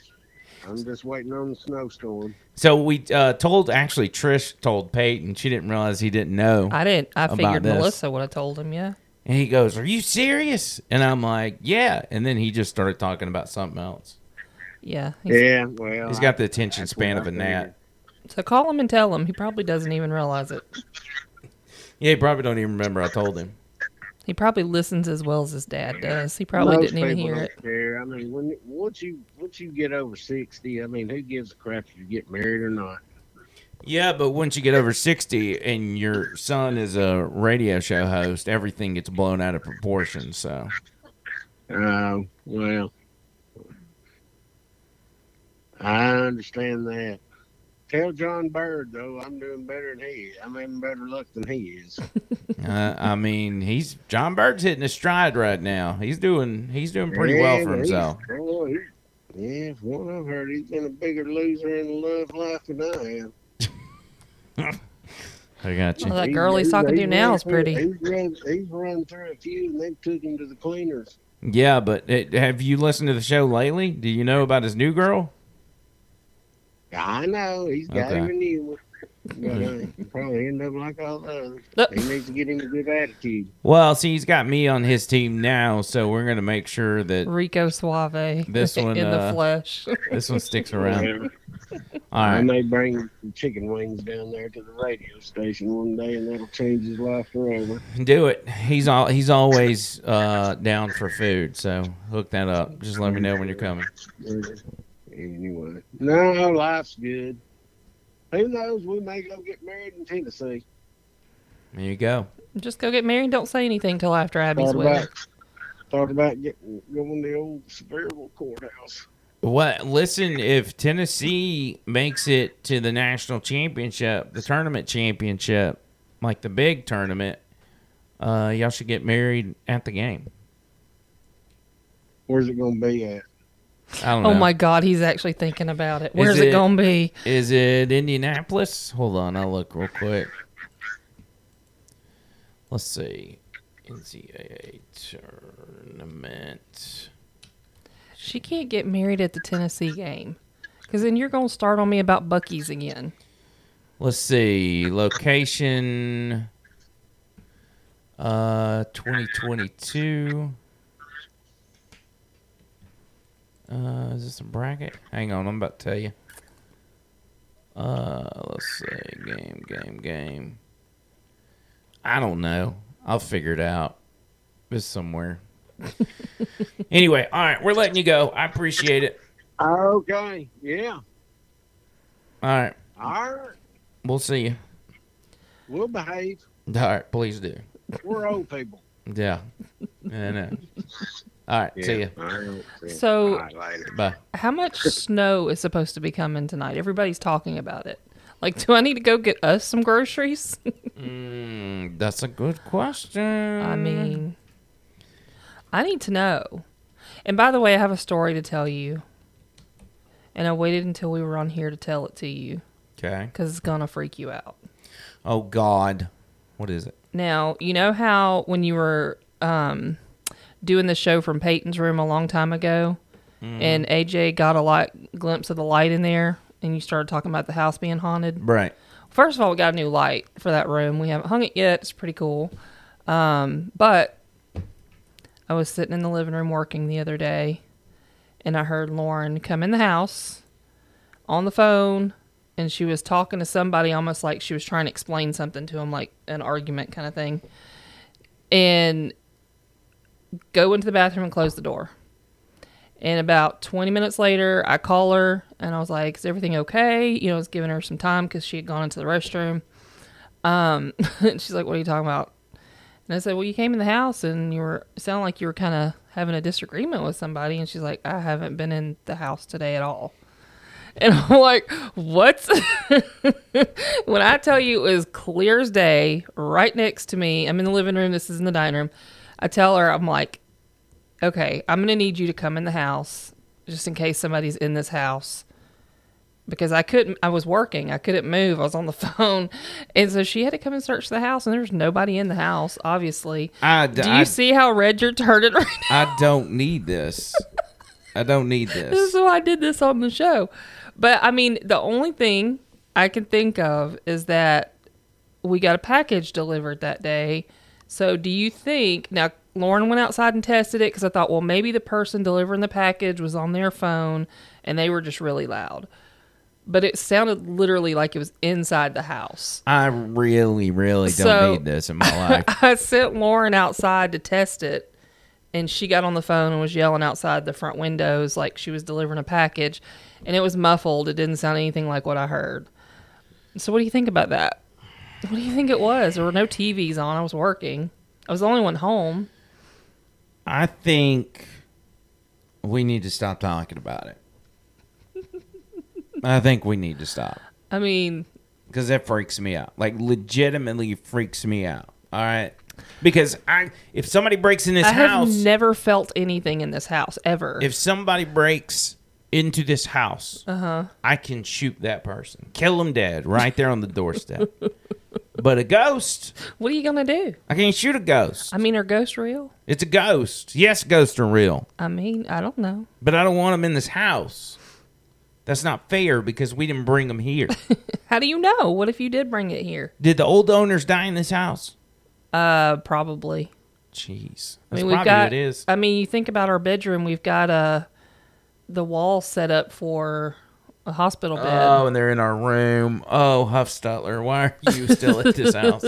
D: I'm just waiting on the snowstorm.
A: so we uh told actually Trish told Peyton she didn't realize he didn't know,
B: I didn't. I
A: About
B: figured
A: this.
B: Melissa would have told him. Yeah.
A: and he goes, "Are you serious?" And I'm like, "Yeah," and then he just started talking about something else.
B: Yeah. He's-
D: Yeah, well,
A: He's got the attention span of
D: what I
A: a gnat.
D: figured.
B: So call him and tell him. He probably doesn't even realize it.
A: Yeah, he probably don't even remember I told him.
B: He probably listens as well as his dad does. He
D: I-
B: probably
D: most
B: didn't even
D: people
B: hear
D: don't
B: it.
D: Care. I mean, when once you once you get over sixty, I mean, who gives a crap if you get married or not?
A: Yeah, but once you get over 60 and your son is a radio show host, everything gets blown out of proportion. So,
D: Oh, well, I understand that. Tell John Bird though, I'm doing better than he. I'm having better luck than he is.
A: uh, I mean, he's John Bird's hitting his stride right now. He's doing he's doing pretty well
D: Yeah,
A: for
D: he's-
A: himself.
D: oh, he- Yeah, from what I've heard, he's been a bigger loser in love life than I am.
A: I got you.
B: Well, that girl he's talking to
D: run
B: now is
D: through-
B: pretty.
D: He's run, he's run through a few, and they took him to the cleaners.
A: Yeah, but it, have you listened to the show lately? Do you know about his new girl?
D: I know he's got
A: Okay.
D: him a new one. But uh, he'll probably end up like all the others.
B: Look.
D: He needs to get him a good attitude.
A: Well, see, he's got me on his team now, so we're gonna make sure that
B: Rico Suave.
A: This one,
B: in
A: uh,
B: the flesh.
A: this one sticks around.
D: Whatever.
A: All
D: I
A: right.
D: may bring some chicken wings down there to the radio station one day, and that'll change his life forever.
A: Do it. He's all he's always uh, down for food, so hook that up. Just let me know when you're coming.
D: Anyway, no, life's good. Who knows? We may go get married in Tennessee.
A: There you go.
B: Just go get married. Don't say anything till after Abby's
D: Thought
B: wedding.
D: about, thought about getting going to the old Sevierville courthouse.
A: What? Listen, if Tennessee makes it to the national championship, the tournament championship, like the big tournament, uh, y'all should get married at the game.
D: Where's it going to be at?
A: I don't know.
B: Oh my God, he's actually thinking about it. Where's it,
A: it-
B: gonna be?
A: Is it Indianapolis? Hold on, I'll look real quick. Let's see. NCAA tournament.
B: She can't get married at the Tennessee game, because then you're gonna start on me about Bucky's again.
A: Let's see. Location uh 2022. Uh is this a bracket? Hang on, I'm about to tell you. Uh let's see. Game, game, game. I don't know. I'll figure it out. It's somewhere. anyway, all right, we're letting you go. I appreciate it.
D: Okay, yeah.
A: All right.
D: All right,
A: We'll see you.
D: we'll behave.
A: All right, please do.
D: We're old people.
A: Yeah. I know. All right. See ya.
B: So-
D: later.
A: Bye.
B: How much snow is supposed to be coming tonight? Everybody's talking about it. Like, do I need to go get us some groceries?
A: Mm, that's a good question.
B: I mean, I need to know. And by the way, I have a story to tell you. And I waited until we were on here to tell it to you
A: Okay.
B: because it's going to freak you out.
A: Oh God. What is it?
B: Now, you know how when you were um, doing the show from Peyton's room a long time ago, and AJ got a light, glimpse of the light in there, and you started talking about the house being haunted?
A: Right.
B: First of all, we got a new light for that room. We haven't hung it yet. It's pretty cool. Um, but I was sitting in the living room working the other day, and I heard Lauren come in the house on the phone, and she was talking to somebody almost like she was trying to explain something to him, like an argument kind of thing. And go into the bathroom and close the door. And about 20 minutes later, I call her and I was like, Is everything okay? You know, I was giving her some time because she had gone into the restroom. Um, and she's like, What are you talking about? And I said, Well, you came in the house and you were, it sounded like you were kind of having a disagreement with somebody. And she's like, I haven't been in the house today at all. And I'm like, What? when I tell you it was clear as day, right next to me, I'm in the living room, this is in the dining room. I tell her, I'm like, okay, I'm going to need you to come in the house just in case somebody's in this house because I couldn't. I was working. I couldn't move. I was on the phone, and so she had to come and search the house. And there's nobody in the house, obviously.
A: I,
B: Do you see how red you're turning right now?
A: I don't need this. I don't need this.
B: So I did this on the show. But I mean, the only thing I can think of is that we got a package delivered that day. So do you think now Lauren went outside and tested it because I thought, well, maybe the person delivering the package was on their phone and they were just really loud. But it sounded literally like it was inside the house.
A: I really, really don't
B: So-
A: need this in my life.
B: I sent Lauren outside to test it, and she got on the phone and was yelling outside the front windows like she was delivering a package, and it was muffled. It didn't sound anything like what I heard. So, what do you think about that? What do you think it was? There were no TVs on. I was working. I was the only one home.
A: I think we need to stop talking about it. I think we need to stop
B: I mean,
A: because that freaks me out. Like, legitimately freaks me out. All right, because I if somebody breaks in this
B: I have
A: house,
B: never felt anything in this house ever.
A: if somebody breaks into this house,
B: Uh-huh.
A: I can shoot that person, kill them dead right there on the doorstep. but a ghost,
B: what are you gonna do?
A: I can't shoot a ghost.
B: I mean, are ghosts real?
A: It's a ghost. Yes, ghosts are real,
B: I mean, I don't know.
A: but I don't want them in this house. That's not fair because we didn't bring them here.
B: How do you know? What if you did bring it here?
A: Did the old owners die in this house?
B: Uh, probably.
A: Jeez,
B: I
A: that's
B: mean,
A: probably
B: we've got.
A: what it is.
B: I mean, you think about our bedroom. We've got uh, the wall set up for a hospital bed.
A: Oh, and they're in our room. Oh, Huffstutler, why are you still at this house?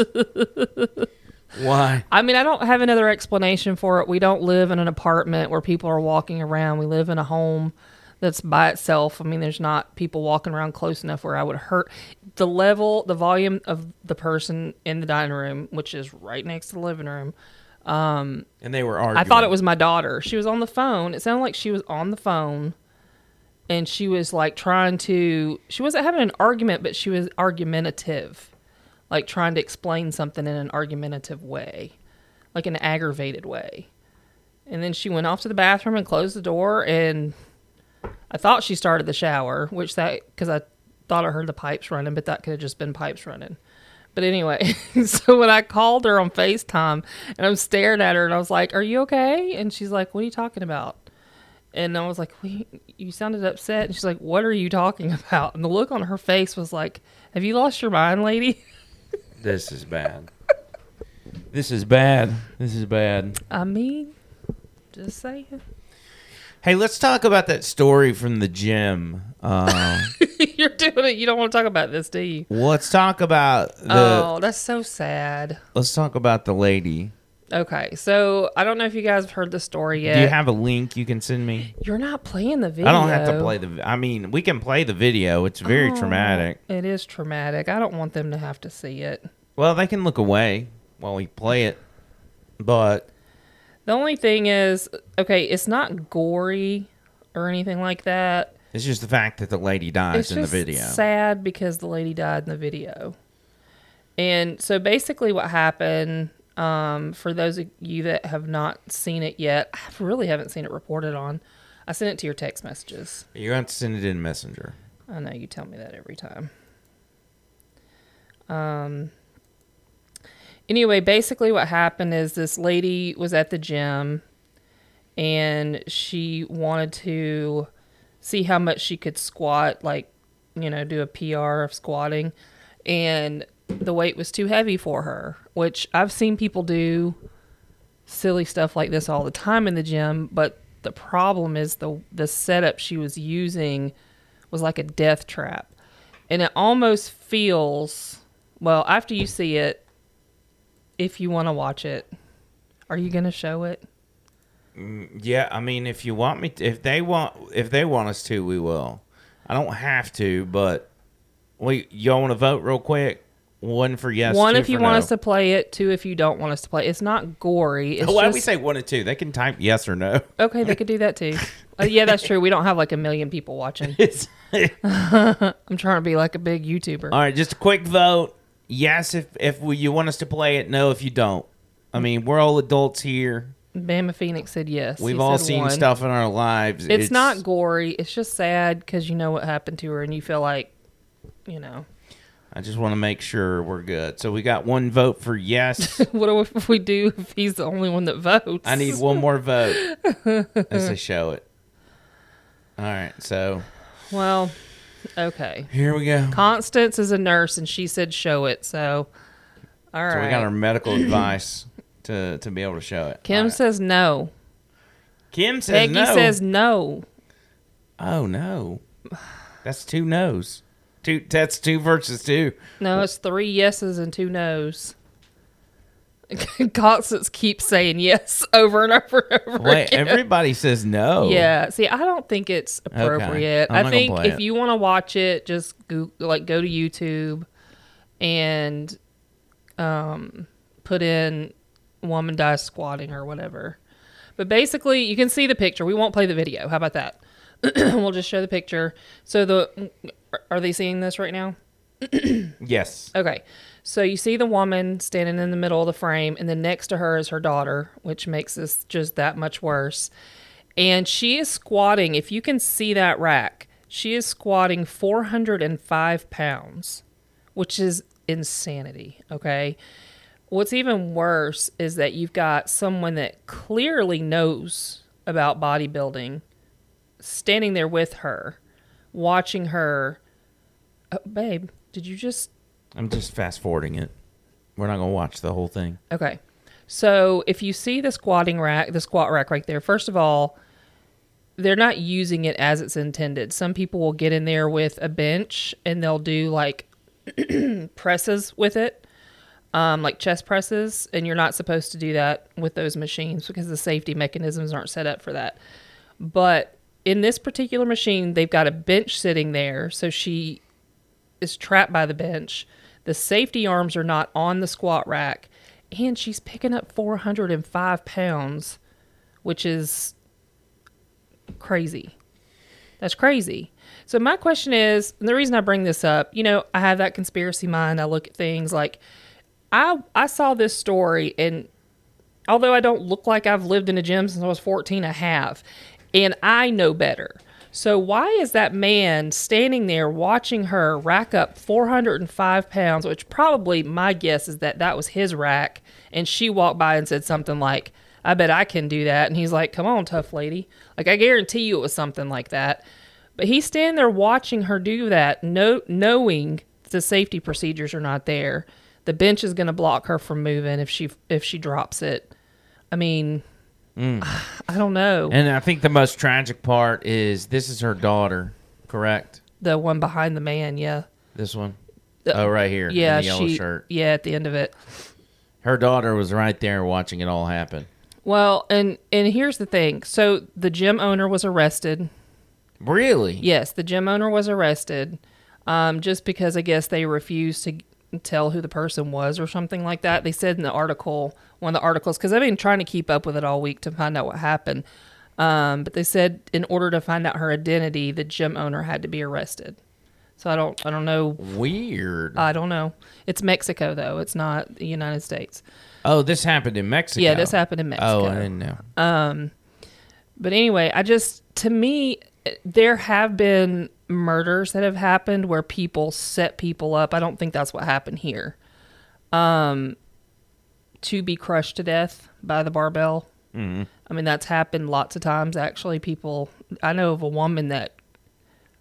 A: Why?
B: I mean, I don't have another explanation for it. We don't live in an apartment where people are walking around. We live in a home that's by itself. I mean, there's not people walking around close enough where I would hurt the level, the volume of the person in the dining room, which is right next to the living room.
A: And they were arguing.
B: I thought it was my daughter. She was on the phone. It sounded like she was on the phone and she was like trying to she wasn't having an argument, but she was argumentative. Like trying to explain something in an argumentative way. Like an aggravated way. And then she went off to the bathroom and closed the door and I thought she started the shower, which that cuz I thought I heard the pipes running, but that could have just been pipes running. But anyway, so when I called her on FaceTime and I'm staring at her and I was like, Are you okay? And she's like, What are you talking about? And I was like, we, You sounded upset. And she's like, What are you talking about? And the look on her face was like, Have you lost your mind, lady?
A: This is bad. this is bad. This is bad.
B: I mean, just saying.
A: Hey, let's talk about that story from the gym. Uh,
B: You're doing it. You don't want to talk about this, do you?
A: let's talk about the.
B: oh, that's so sad.
A: Let's talk about the lady.
B: Okay, so I don't know if you guys have heard the story yet.
A: Do you have a link you can send me?
B: You're not playing the video. Oh.
A: I don't have to play the. I mean, we can play the video. It's very traumatic.
B: It is traumatic. I don't want them to have to see it.
A: Well, they can look away while we play it, but
B: The only thing is, okay, it's not gory or anything like that.
A: it's just the fact that the lady dies
B: it's
A: in the
B: just
A: video.
B: sad because the lady died in the video. And so basically, what happened um, for those of you that have not seen it yet, I really haven't seen it reported on. I sent it to your text messages.
A: You're going to send it in Messenger.
B: I know you tell me that every time. Um. Anyway, basically, what happened is this lady was at the gym, and she wanted to see how much she could squat, like you know, do a PR of squatting, and the weight was too heavy for her. Which I've seen people do silly stuff like this all the time in the gym, but the problem is the the setup she was using was like a death trap. And it almost feels well, after you see it, if you want to watch it, are you going to show it?
A: Yeah, I mean, if you want me, to, if they want, if they want us to, we will. I don't have to, but we y'all want to vote real quick. One for yes,
B: one
A: two
B: if you
A: for
B: want
A: no.
B: us to play it, two if you don't want us to play. it. It's not gory. It's
A: Oh, Why do
B: just,
A: we say one and two? They can type yes or no.
B: Okay, they could do that too. Uh, yeah, that's true. We don't have like a million people watching.
A: It's-
B: I'm trying to be like a big YouTuber.
A: All right, just a quick vote. Yes, if if we, you want us to play it. No, if you don't. I mean, we're all adults here.
B: Bama Phoenix said yes.
A: We've
B: He
A: all
B: said
A: seen
B: one.
A: stuff in our lives.
B: It's, not gory. It's just sad because you know what happened to her, and you feel like, you know,
A: I just want to make sure we're good. So we got one vote for yes.
B: what do we- if we do if he's the only one that votes?
A: I need one more vote as they show it. All right, so
B: Well, okay.
A: here we go.
B: Constance is a nurse, and she said show it. So, all right.
A: So we got our medical advice to to be able to show it.
B: Kim
A: All right.
B: says no.
A: Kim says
B: Peggy
A: no.
B: says no.
A: oh no, that's two no's. Two that's two versus two.
B: No, it's three yeses and two nos. Constance keeps saying yes over and over and over.
A: Wait,
B: again.
A: everybody says no.
B: Yeah. See, I don't think it's appropriate.
A: Oh. I'm not gonna
B: I think
A: play
B: if
A: it.
B: you want to watch it, just go, like go to YouTube and um, put in "woman dies squatting" or whatever. But basically, you can see the picture. We won't play the video. How about that? we'll just show the picture. So the are they seeing this right now?
A: Yes.
B: Okay. So you see the woman standing in the middle of the frame, and then next to her is her daughter, which makes this just that much worse. And she is squatting, if you can see that rack, she is squatting 405 pounds, which is insanity. Okay. What's even worse is that you've got someone that clearly knows about bodybuilding standing there with her, watching her. Oh, babe, did you just
A: I'm just fast forwarding it. We're not gonna watch the whole thing.
B: Okay. So if you see the squatting rack, the squat rack right there, first of all, they're not using it as it's intended. Some people will get in there with a bench and they'll do like presses with it, um, like chest presses. And you're not supposed to do that with those machines because the safety mechanisms aren't set up for that. But in this particular machine, they've got a bench sitting there. So she is trapped by the bench. The safety arms are not on the squat rack. And she's picking up 405 pounds, which is crazy. That's crazy. So, my question is and the reason I bring this up, you know, I have that conspiracy mind. I look at things like I, I saw this story, and although I don't look like I've lived in a gym since I was 14, I have. And I know better. So why is that man standing there watching her rack up 405 pounds, which probably my guess is that that was his rack. And she walked by and said something like, I bet I can do that. And he's like, come on, tough lady. Like, I guarantee you it was something like that. But he's standing there watching her do that, no, knowing the safety procedures are not there. The bench is going to block her from moving if she if she drops it. I mean, I don't know.
A: Mm. And I think the most tragic part is this is her daughter, correct?
B: the one behind the man, yeah,
A: This one.
B: The-
A: oh, right here. in
B: Uh, yeah,
A: the yellow
B: she,
A: shirt.
B: yeah, at the end of it.
A: Her daughter was right there watching it all happen.
B: Well, and and here's the thing. So the gym owner was arrested.
A: Really?
B: Yes, the gym owner was arrested, um, just because I guess they refused to tell who the person was or something like that. They said in the article, one of the articles, because I've been trying to keep up with it all week to find out what happened. Um, but they said in order to find out her identity, the gym owner had to be arrested. So I don't, I don't know,
A: Weird.
B: I don't know. It's Mexico though; it's not the United States.
A: oh, this happened in Mexico.
B: Yeah, this happened in Mexico.
A: Oh,
B: Uh,
A: I didn't know.
B: But anyway, I just to me there have been murders that have happened where people set people up. I don't think that's what happened here. Um to be crushed to death by the barbell. I mean that's happened lots of times actually. People I know of a woman that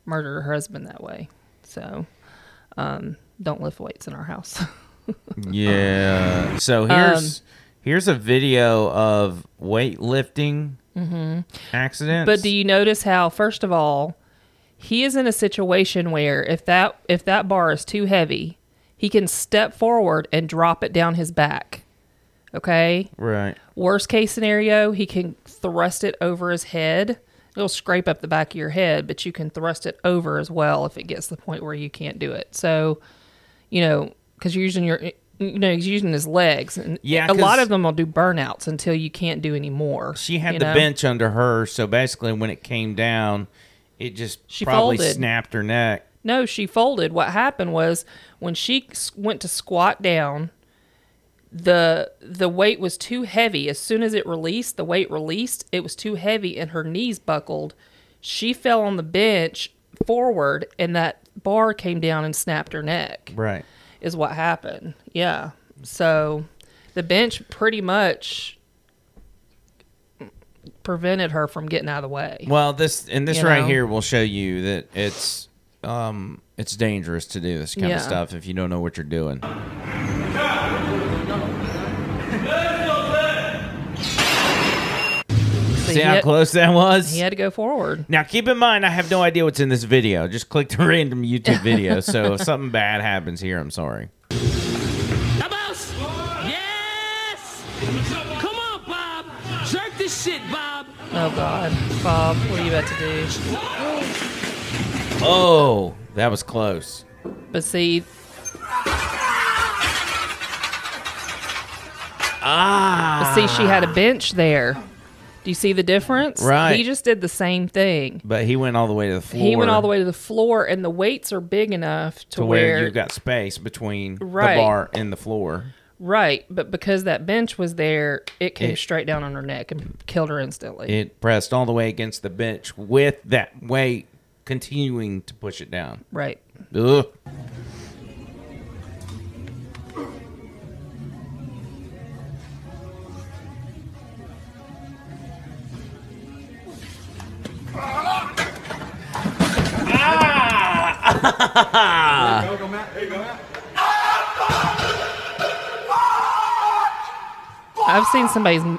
B: murdered her husband that way. So um don't lift weights in our house.
A: yeah.
B: um,
A: So here's here's a video of weightlifting accidents.
B: Mm-hmm. But do you notice how, first of all, he is in a situation where if that if that bar is too heavy, he can step forward and drop it down his back. Okay.
A: right.
B: Worst case scenario, he can thrust it over his head. It'll scrape up the back of your head, but you can thrust it over as well if it gets to the point where you can't do it. So, you know, because you're using your, you know, he's using his legs, and
A: Yeah,
B: a lot
A: 'cause-
B: of them will do burnouts until you can't do any more.
A: She had
B: you
A: the
B: know?
A: bench under her, so basically when it came down, it just
B: She
A: probably
B: folded.
A: snapped her neck.
B: No, she folded. What happened was when she s- went to squat down, the the weight was too heavy. As soon as it released, the weight released, it was too heavy and her knees buckled. She fell on the bench forward and that bar came down and snapped her neck.
A: Right.
B: Is what happened. Yeah. So the bench pretty much prevented her from getting out of the way.
A: Well, this and this
B: You
A: right
B: know?
A: here will show you that it's um it's dangerous to do this kind
B: Yeah.
A: of stuff if you don't know what you're doing.
B: So
A: See
B: he
A: how
B: had-
A: close that was?
B: He had to go forward.
A: Now keep in mind I have no idea what's in this video. Just clicked a random YouTube video, so if something bad happens here, I'm sorry.
I: Vamos! Yes! Come on, Bob! Jerk this shit, Bob!
B: Oh God, Bob, what are you about to do?
A: Oh, that was close.
B: But see, but
A: Ah,
B: see, she had a bench there. Do you see the difference?
A: Right.
B: He just did the same thing.
A: but he went all the way to the floor.
B: He went all the way to the floor, and the weights are big enough to,
A: to where, you've got space between
B: Right.
A: the bar and the floor.
B: right. But because that bench was there, it came
A: It-
B: straight down on her neck and killed her instantly.
A: It pressed all the way against the bench with that weight continuing to push it down.
B: right.
A: Ugh.
B: I've seen somebody's m-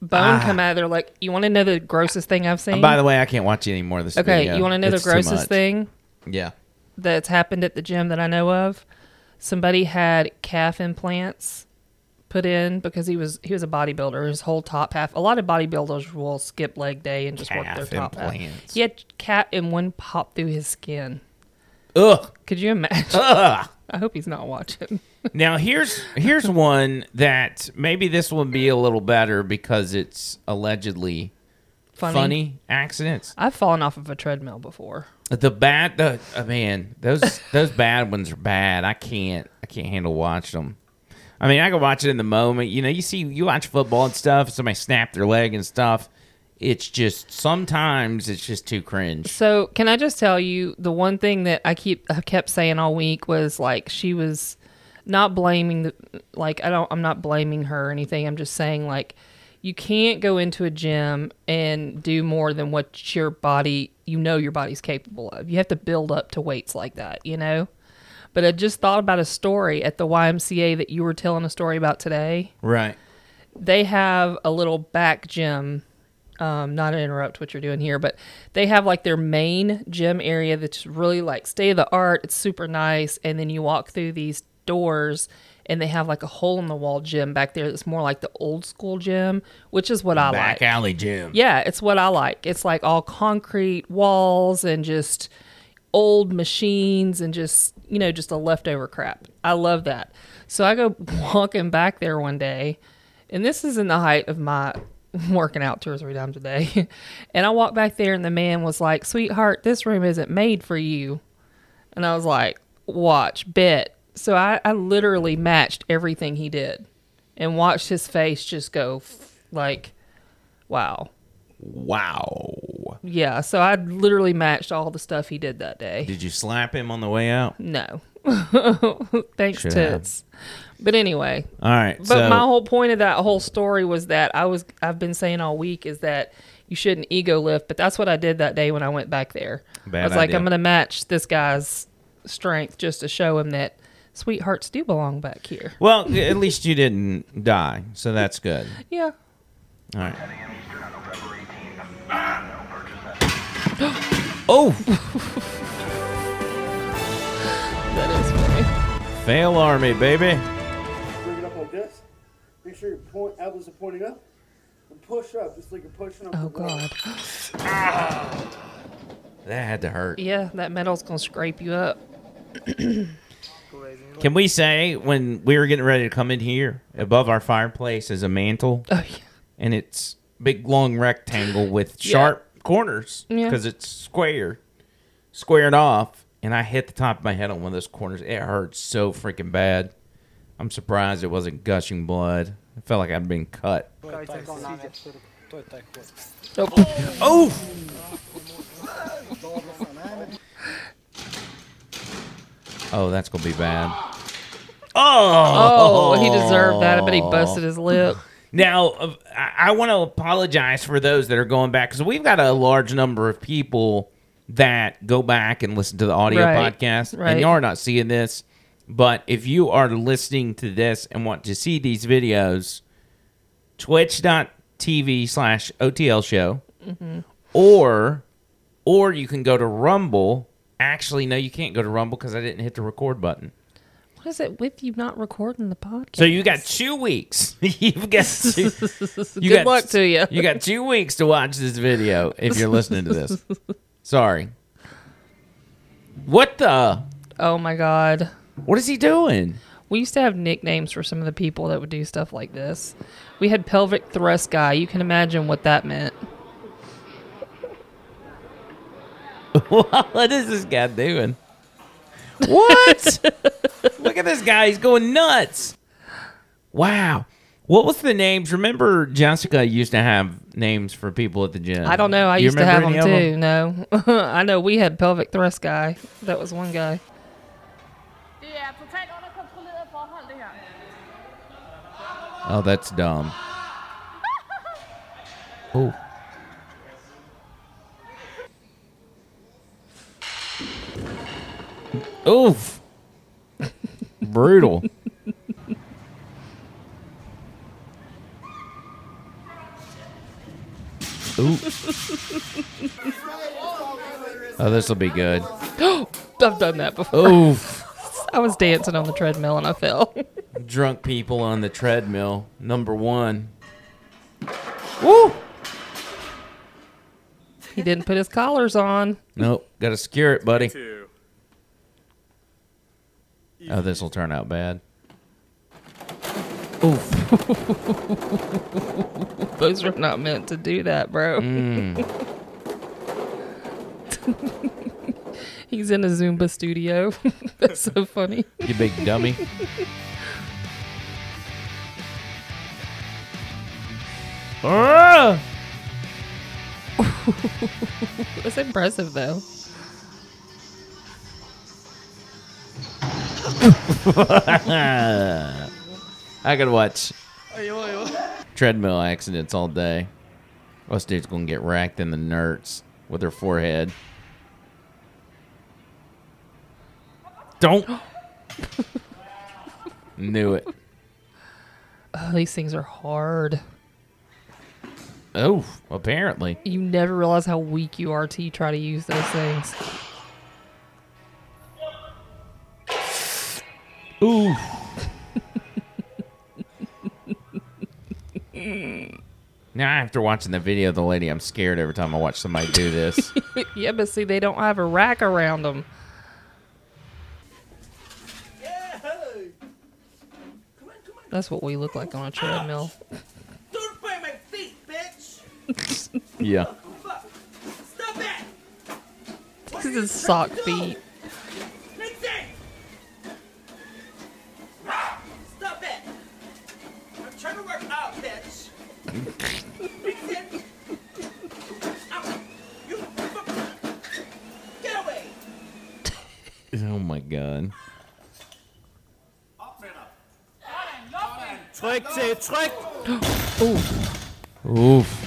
B: bone come out of there. Like, you want to know the grossest thing I've seen?
A: Ah. By the way, I can't watch any more of this.
B: okay,
A: video.
B: you want to know
A: It's
B: the
A: too much.
B: grossest thing?
A: Yeah.
B: that's happened at the gym that I know of. Somebody had calf implants put in because he was he was a bodybuilder. His whole top half. A lot of bodybuilders will skip leg day and just work their
A: Calf
B: top half.
A: implants.
B: He had cat and one popped through his skin.
A: Ugh.
B: Could you imagine? I hope he's not watching.
A: Now here's here's one that maybe this would be a little better because it's allegedly
B: Funny.
A: funny accidents.
B: I've fallen off of a treadmill before.
A: The bad, the uh, man, those those bad ones are bad. I can't, I can't handle watching them. I mean, I can watch it in the moment. You know, you see, you watch football and stuff. Somebody snap their leg and stuff. It's just sometimes it's just too cringe.
B: So can I just tell you the one thing that I keep I kept saying all week was like she was not blaming the like I don't I'm not blaming her or anything. I'm just saying like you can't go into a gym and do more than what your body you know your body's capable of. You have to build up to weights like that, you know? But I just thought about a story at the YMCA that you were telling a story about today
A: Right.
B: they have a little back gym. Um, not to interrupt what you're doing here, but they have like their main gym area that's really like state of the art. It's super nice. And then you walk through these doors and they have like a hole in the wall gym back there that's more like the old school gym, which is what I like.
A: Back alley gym.
B: Yeah, it's what I like. It's like all concrete walls and just old machines and just, you know, just a leftover crap. I love that. So I go walking back there one day, and this is in the height of my working out two or three times a day. and I walked back there, and the man was like, Sweetheart, this room isn't made for you. And I was like, Watch, bet. So I, I literally matched everything he did and watched his face just go f- like, Wow.
A: Wow.
B: Yeah, so I literally matched all the stuff he did that day.
A: Did you slap him on the way out?
B: No. Thanks,
A: Should have.
B: Tits. But anyway,
A: All right.
B: but
A: so,
B: my whole point of that whole story was that I was I've been saying all week is that you shouldn't ego lift, but that's what I did that day when I went back there. I
A: Bad
B: was like,
A: idea.
B: I'm gonna match this guy's strength just to show him that sweethearts do belong back here.
A: well, at least you didn't die, so that's good.
B: Yeah.
A: All right. Oh,
B: That is funny.
A: fail army, baby.
J: Bring it up like this. Make sure your point, elbows are pointing up. And push up, just like you're pushing up.
B: Oh
J: the wall.
B: god.
A: That had to hurt.
B: Yeah, that metal's gonna scrape you up.
A: Can we say when we were getting ready to come in here, above our fireplace is a mantle,
B: Oh yeah.
A: and it's big long rectangle with sharp corners
B: Yeah.
A: because it's square, squared off. And I hit the top of my head on one of those corners. It hurt so freaking bad. I'm surprised it wasn't gushing blood. It felt like I'd been cut.
B: Nope.
A: Oh! Oh, that's gonna be bad. Oh!
B: Oh, he deserved that, but he busted his lip.
A: Now, uh, I, I want to apologize for those that are going back because we've got a large number of people that go back and listen to the audio
B: Right,
A: podcast,
B: right.
A: and you are not seeing this. But if you are listening to this and want to see these videos, twitch.tv slash OTL show,
B: Mm-hmm.
A: or or you can go to Rumble. Actually, no, you can't go to Rumble because I didn't hit the record button.
B: What is it with you not recording the podcast?
A: So you got two weeks. You've got two,
B: Good luck to you.
A: You got two weeks to watch this video if you're listening to this. Sorry. What the?
B: Oh my god.
A: What is he doing?
B: We used to have nicknames for some of the people that would do stuff like this. We had pelvic thrust guy. You can imagine what that meant.
A: what is this guy doing? What? Look at this guy. He's going nuts. Wow. What was the names? Remember, Jessica used to have names for people at the gym.
B: I don't know. I
A: You
B: used to have
A: remember
B: them
A: any of
B: too. No, I know we had pelvic thrust guy. That was one guy.
K: Det er totalt underkontrolleret forhold, det her.
A: Oh, that's dumb. Oh. Oof. Brutal. Ooh. Oh, this will be good.
B: I've done that before.
A: Oof.
B: I was dancing on the treadmill and I fell.
A: Drunk people on the treadmill, number one. Woo!
B: he didn't put his collars on.
A: Nope. Got to secure it, buddy. Oh, this will turn out bad.
B: Those were not meant to do that, bro. Mm. He's in a Zumba studio. That's so funny.
A: You big dummy. Ah!
B: That's impressive, though.
A: I could watch treadmill accidents all day. Us dude's gonna get racked in the nerds with her forehead. Don't. Knew it.
B: Oh, these things are hard.
A: Oh, apparently.
B: You never realize how weak you are till you try to use those things.
A: Ooh. now after watching the video of the lady, I'm scared every time I watch somebody do this.
B: yeah, but see, they don't have a rack around them. That's what we look like on a treadmill.
I: Don't by my feet, bitch!
A: yeah.
I: Fuck. Stop it!
B: This is sock feet.
I: Lindsay! Stop it! I'm trying to work out, bitch! Lindsay! Ow. You fuck- Get away!
A: Oh my god.
I: Zurück, zurück, zurück!
A: Oof.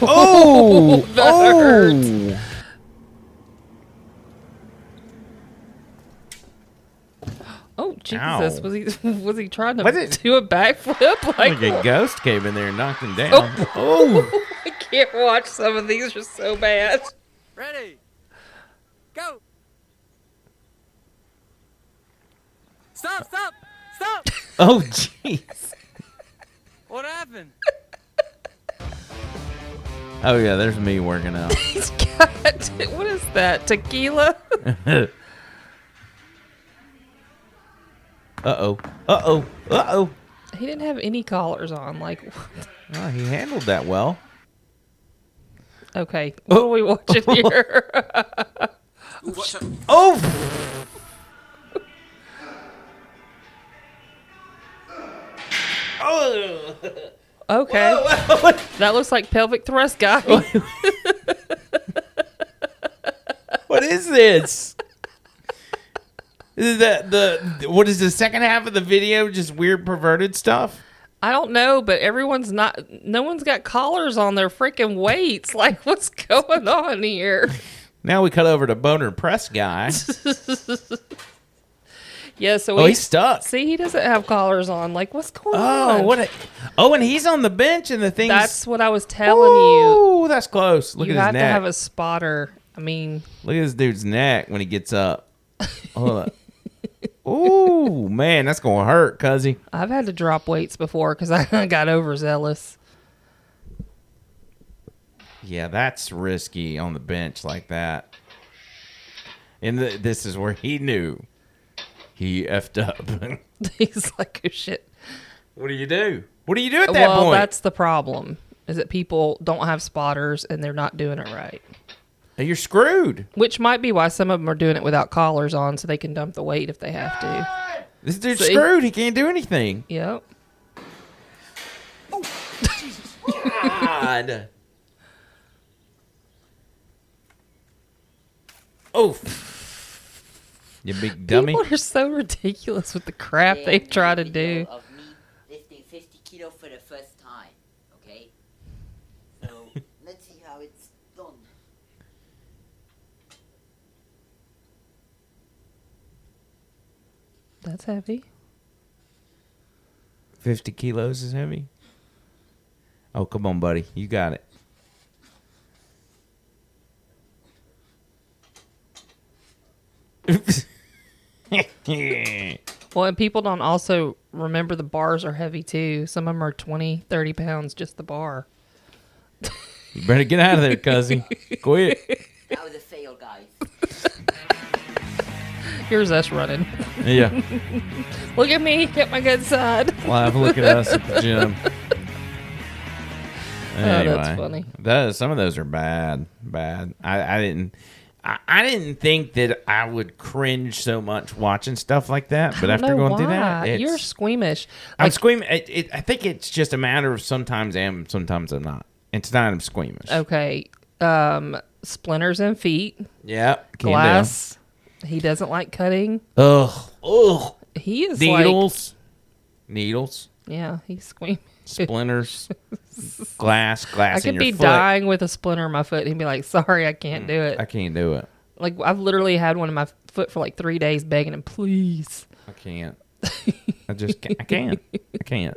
A: Oh,
B: That
A: oh.
B: Oh Jesus!
A: Ow.
B: Was he was he trying to
A: Was it- Oh
B: do a backflip? Like
A: Like a ghost came in there and knocked him down. Oh,
B: I can't watch some of these are so bad.
I: Ready! Go! Stop, stop! Stop!
A: oh, jeez.
I: What happened?
A: Oh yeah, there's me working out.
B: He's got what is that tequila?
A: uh oh. Uh oh. Uh oh.
B: He didn't have any collars on. Like,
A: Oh, he handled that well.
B: okay, what are we watching here?
A: Oh.
B: Okay. that looks like pelvic thrust guy.
A: What is this? Is that the what is the second half of the video just weird perverted stuff?
B: I don't know, but everyone's not. No one's got collars on their freaking weights. Like, what's going on here?
A: Now we cut over to Boner Press guy.
B: Yeah. So
A: Oh,
B: he-
A: he's stuck.
B: See, he doesn't have collars on. Like, what's going on?
A: Oh, what a Oh, and he's on the bench and the thing
B: That's what I was telling you.
A: Ooh, that's close. Look
B: you
A: at his
B: have
A: neck.
B: to have a spotter. I mean,
A: Look at this dude's neck when he gets up. Hold up. Ooh, man, that's gonna hurt, cuzzy.
B: I've had to drop weights before because I got overzealous.
A: Yeah, that's risky on the bench like that. And th- this is where he knew he effed up.
B: He's like, oh shit.
A: what do you do? What do you do at that
B: Uh, well,
A: point?
B: that's the problem. Is that people don't have spotters and they're not doing it right.
A: You're screwed.
B: Which might be why some of them are doing it without collars on, so they can dump the weight if they have to.
A: This dude's
B: See?
A: screwed. He can't do anything.
B: Yep.
A: God. oh. You big dummy.
B: People are so ridiculous with the crap they try to do.
L: Of me lifting 50 kilo for the first time, okay? So, let's see how it's done.
B: That's heavy.
A: 50 kilos is heavy. Oh, come on, buddy. You got it.
B: Well, and people don't also remember the bars are heavy too. Some of them are 20, 30 pounds, just the bar.
A: You better get out of there, cousin. Quit.
L: That was a fail, guys.
B: Here's us running.
A: Yeah.
B: Look at me, get my good side.
A: Live look at us at the gym.
B: that's
A: Anyway,
B: Oh, funny.
A: Those some of those are bad, bad. I, I didn't, I, I didn't think that I would cringe so much watching stuff like that. But
B: I
A: after
B: don't know
A: going through that,
B: why.
A: it's,
B: you're squeamish.
A: I'm squeamish. It, it, I think it's just a matter of sometimes I am, sometimes I'm not. And tonight I'm squeamish.
B: Oh. Okay. Um, splinters and feet,
A: Yeah, can do.
B: glass. He doesn't like cutting.
A: Ugh, ugh.
B: He is like-
A: needles, needles,
B: Yeah, he's squeamish.
A: splinters, glass, glass.
B: I could
A: in your
B: be
A: foot. Mm,
B: dying with a splinter in my foot and he'd be like, sorry, I can't do it.
A: I can't do it.
B: Like, I've literally had one in my foot for like three days begging him, please.
A: I can't. I just can't. I can't. I can't.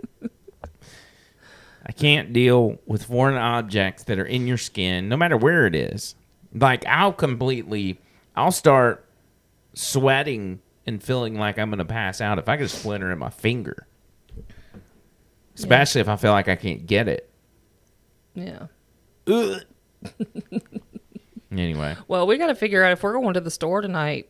A: I can't deal with foreign objects that are in your skin, no matter where it is. Like I'll completely, I'll start sweating and feeling like I'm gonna pass out if I get a splinter in my finger. Especially if I feel like I can't get it.
B: Yeah.
A: Ugh. anyway,
B: Well, we got to figure out if we're going to the store tonight.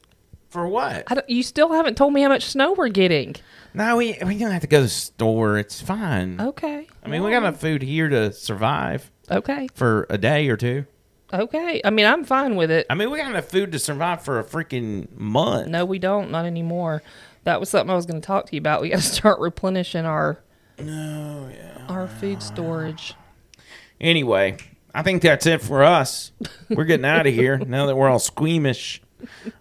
A: For what?
B: I don't, you still haven't told me how much snow we're getting.
A: no, we we don't have to go to the store. It's fine.
B: Okay.
A: I mean, we got enough food here to survive.
B: Okay.
A: For a day or two.
B: Okay. I mean, I'm fine with it.
A: I mean, we got enough food to survive for a freaking month.
B: No, we don't. Not anymore. That was something I was going to talk to you about. We got to start replenishing our
A: no, yeah.
B: our food storage.
A: Anyway, I think that's it for us. We're getting out of here now that we're all squeamish.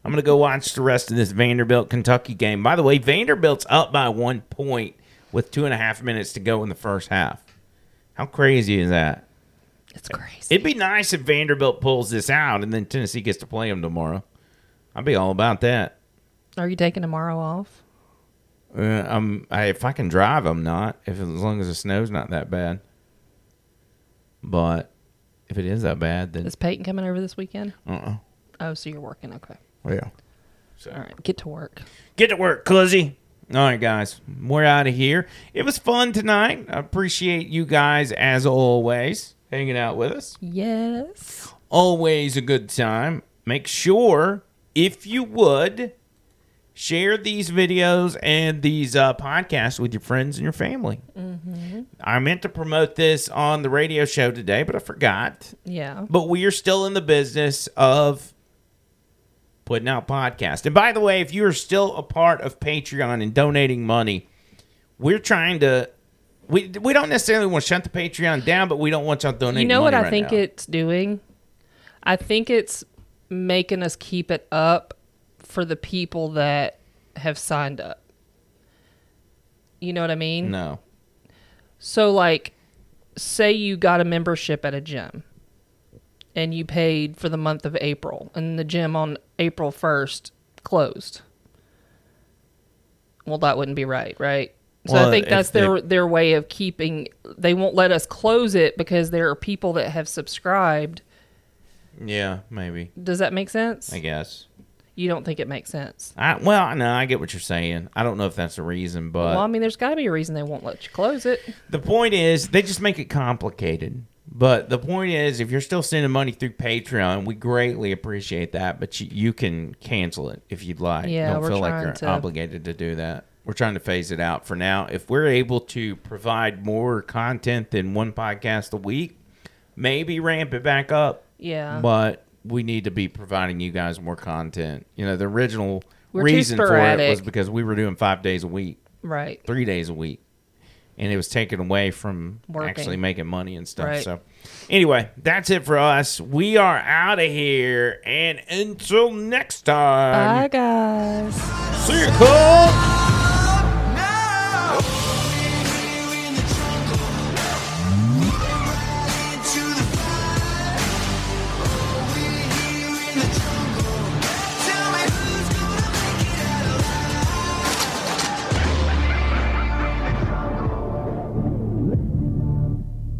A: I'm gonna go watch the rest of this Vanderbilt Kentucky game. By the way, Vanderbilt's up by one point with two and a half minutes to go in the first half. How crazy is that?
B: It's crazy.
A: It'd be nice if Vanderbilt pulls this out and then Tennessee gets to play them tomorrow. I'd be all about that.
B: Are you taking tomorrow off?
A: Uh, I'm, I, if I can drive, I'm not. If as long as the snow's not that bad. But if it is that bad, then
B: Is Peyton coming over this weekend?
A: uh-uh.
B: Oh, so you're working. Okay.
A: Yeah.
B: All right. Get to work.
A: Get to work, Cluzzy. All right, guys, we're out of here. It was fun tonight. I appreciate you guys as always hanging out with us.
B: Yes.
A: always a good time. Make sure, if you would, share these videos and these uh, podcasts with your friends and your family.
B: Mhm.
A: I meant to promote this on the radio show today, but I forgot.
B: Yeah.
A: But we are still in the business of putting out podcasts. And by the way, if you are still a part of Patreon and donating money, we're trying to We we don't necessarily want to shut the Patreon down, but we don't want y'all donating.
B: You know what
A: money
B: I
A: right
B: think
A: now.
B: it's doing? I think it's making us keep it up for the people that have signed up. You know what I mean?
A: No.
B: So like say you got a membership at a gym and you paid for the month of April and the gym on April 1st closed. Well, that wouldn't be right, right? So I
M: Well,
B: think
M: if
B: that's
M: they-
B: their their way of keeping they won't let us close it because there are people that have subscribed.
A: Yeah, maybe.
B: Does that make sense?
A: I guess.
B: You don't think it makes sense.
A: I, well, no, I get what you're saying. I don't know if that's a reason, but
B: well, I mean there's got to be a reason they won't let you close it.
A: The point is, they just make it complicated. But the point is, if you're still sending money through Patreon, we greatly appreciate that. But you, you can cancel it if you'd like.
B: Yeah,
A: don't
B: we're
A: feel like
B: trying
A: you're
B: to-
A: obligated to do that. We're trying to phase it out for now. If we're able to provide more content than one podcast a week, maybe ramp it back up.
B: Yeah.
A: But we need to be providing you guys more content. You know, the original
B: We're too
A: reason for it was
B: sporadic.
A: because we were doing five days a week
B: Right.
A: three days a week, and it was taken away from
B: Working.
A: actually making money and stuff.
B: Right.
A: So, anyway, that's it for us. We are out of here, and until next time,
B: guys.
A: see you, Cole.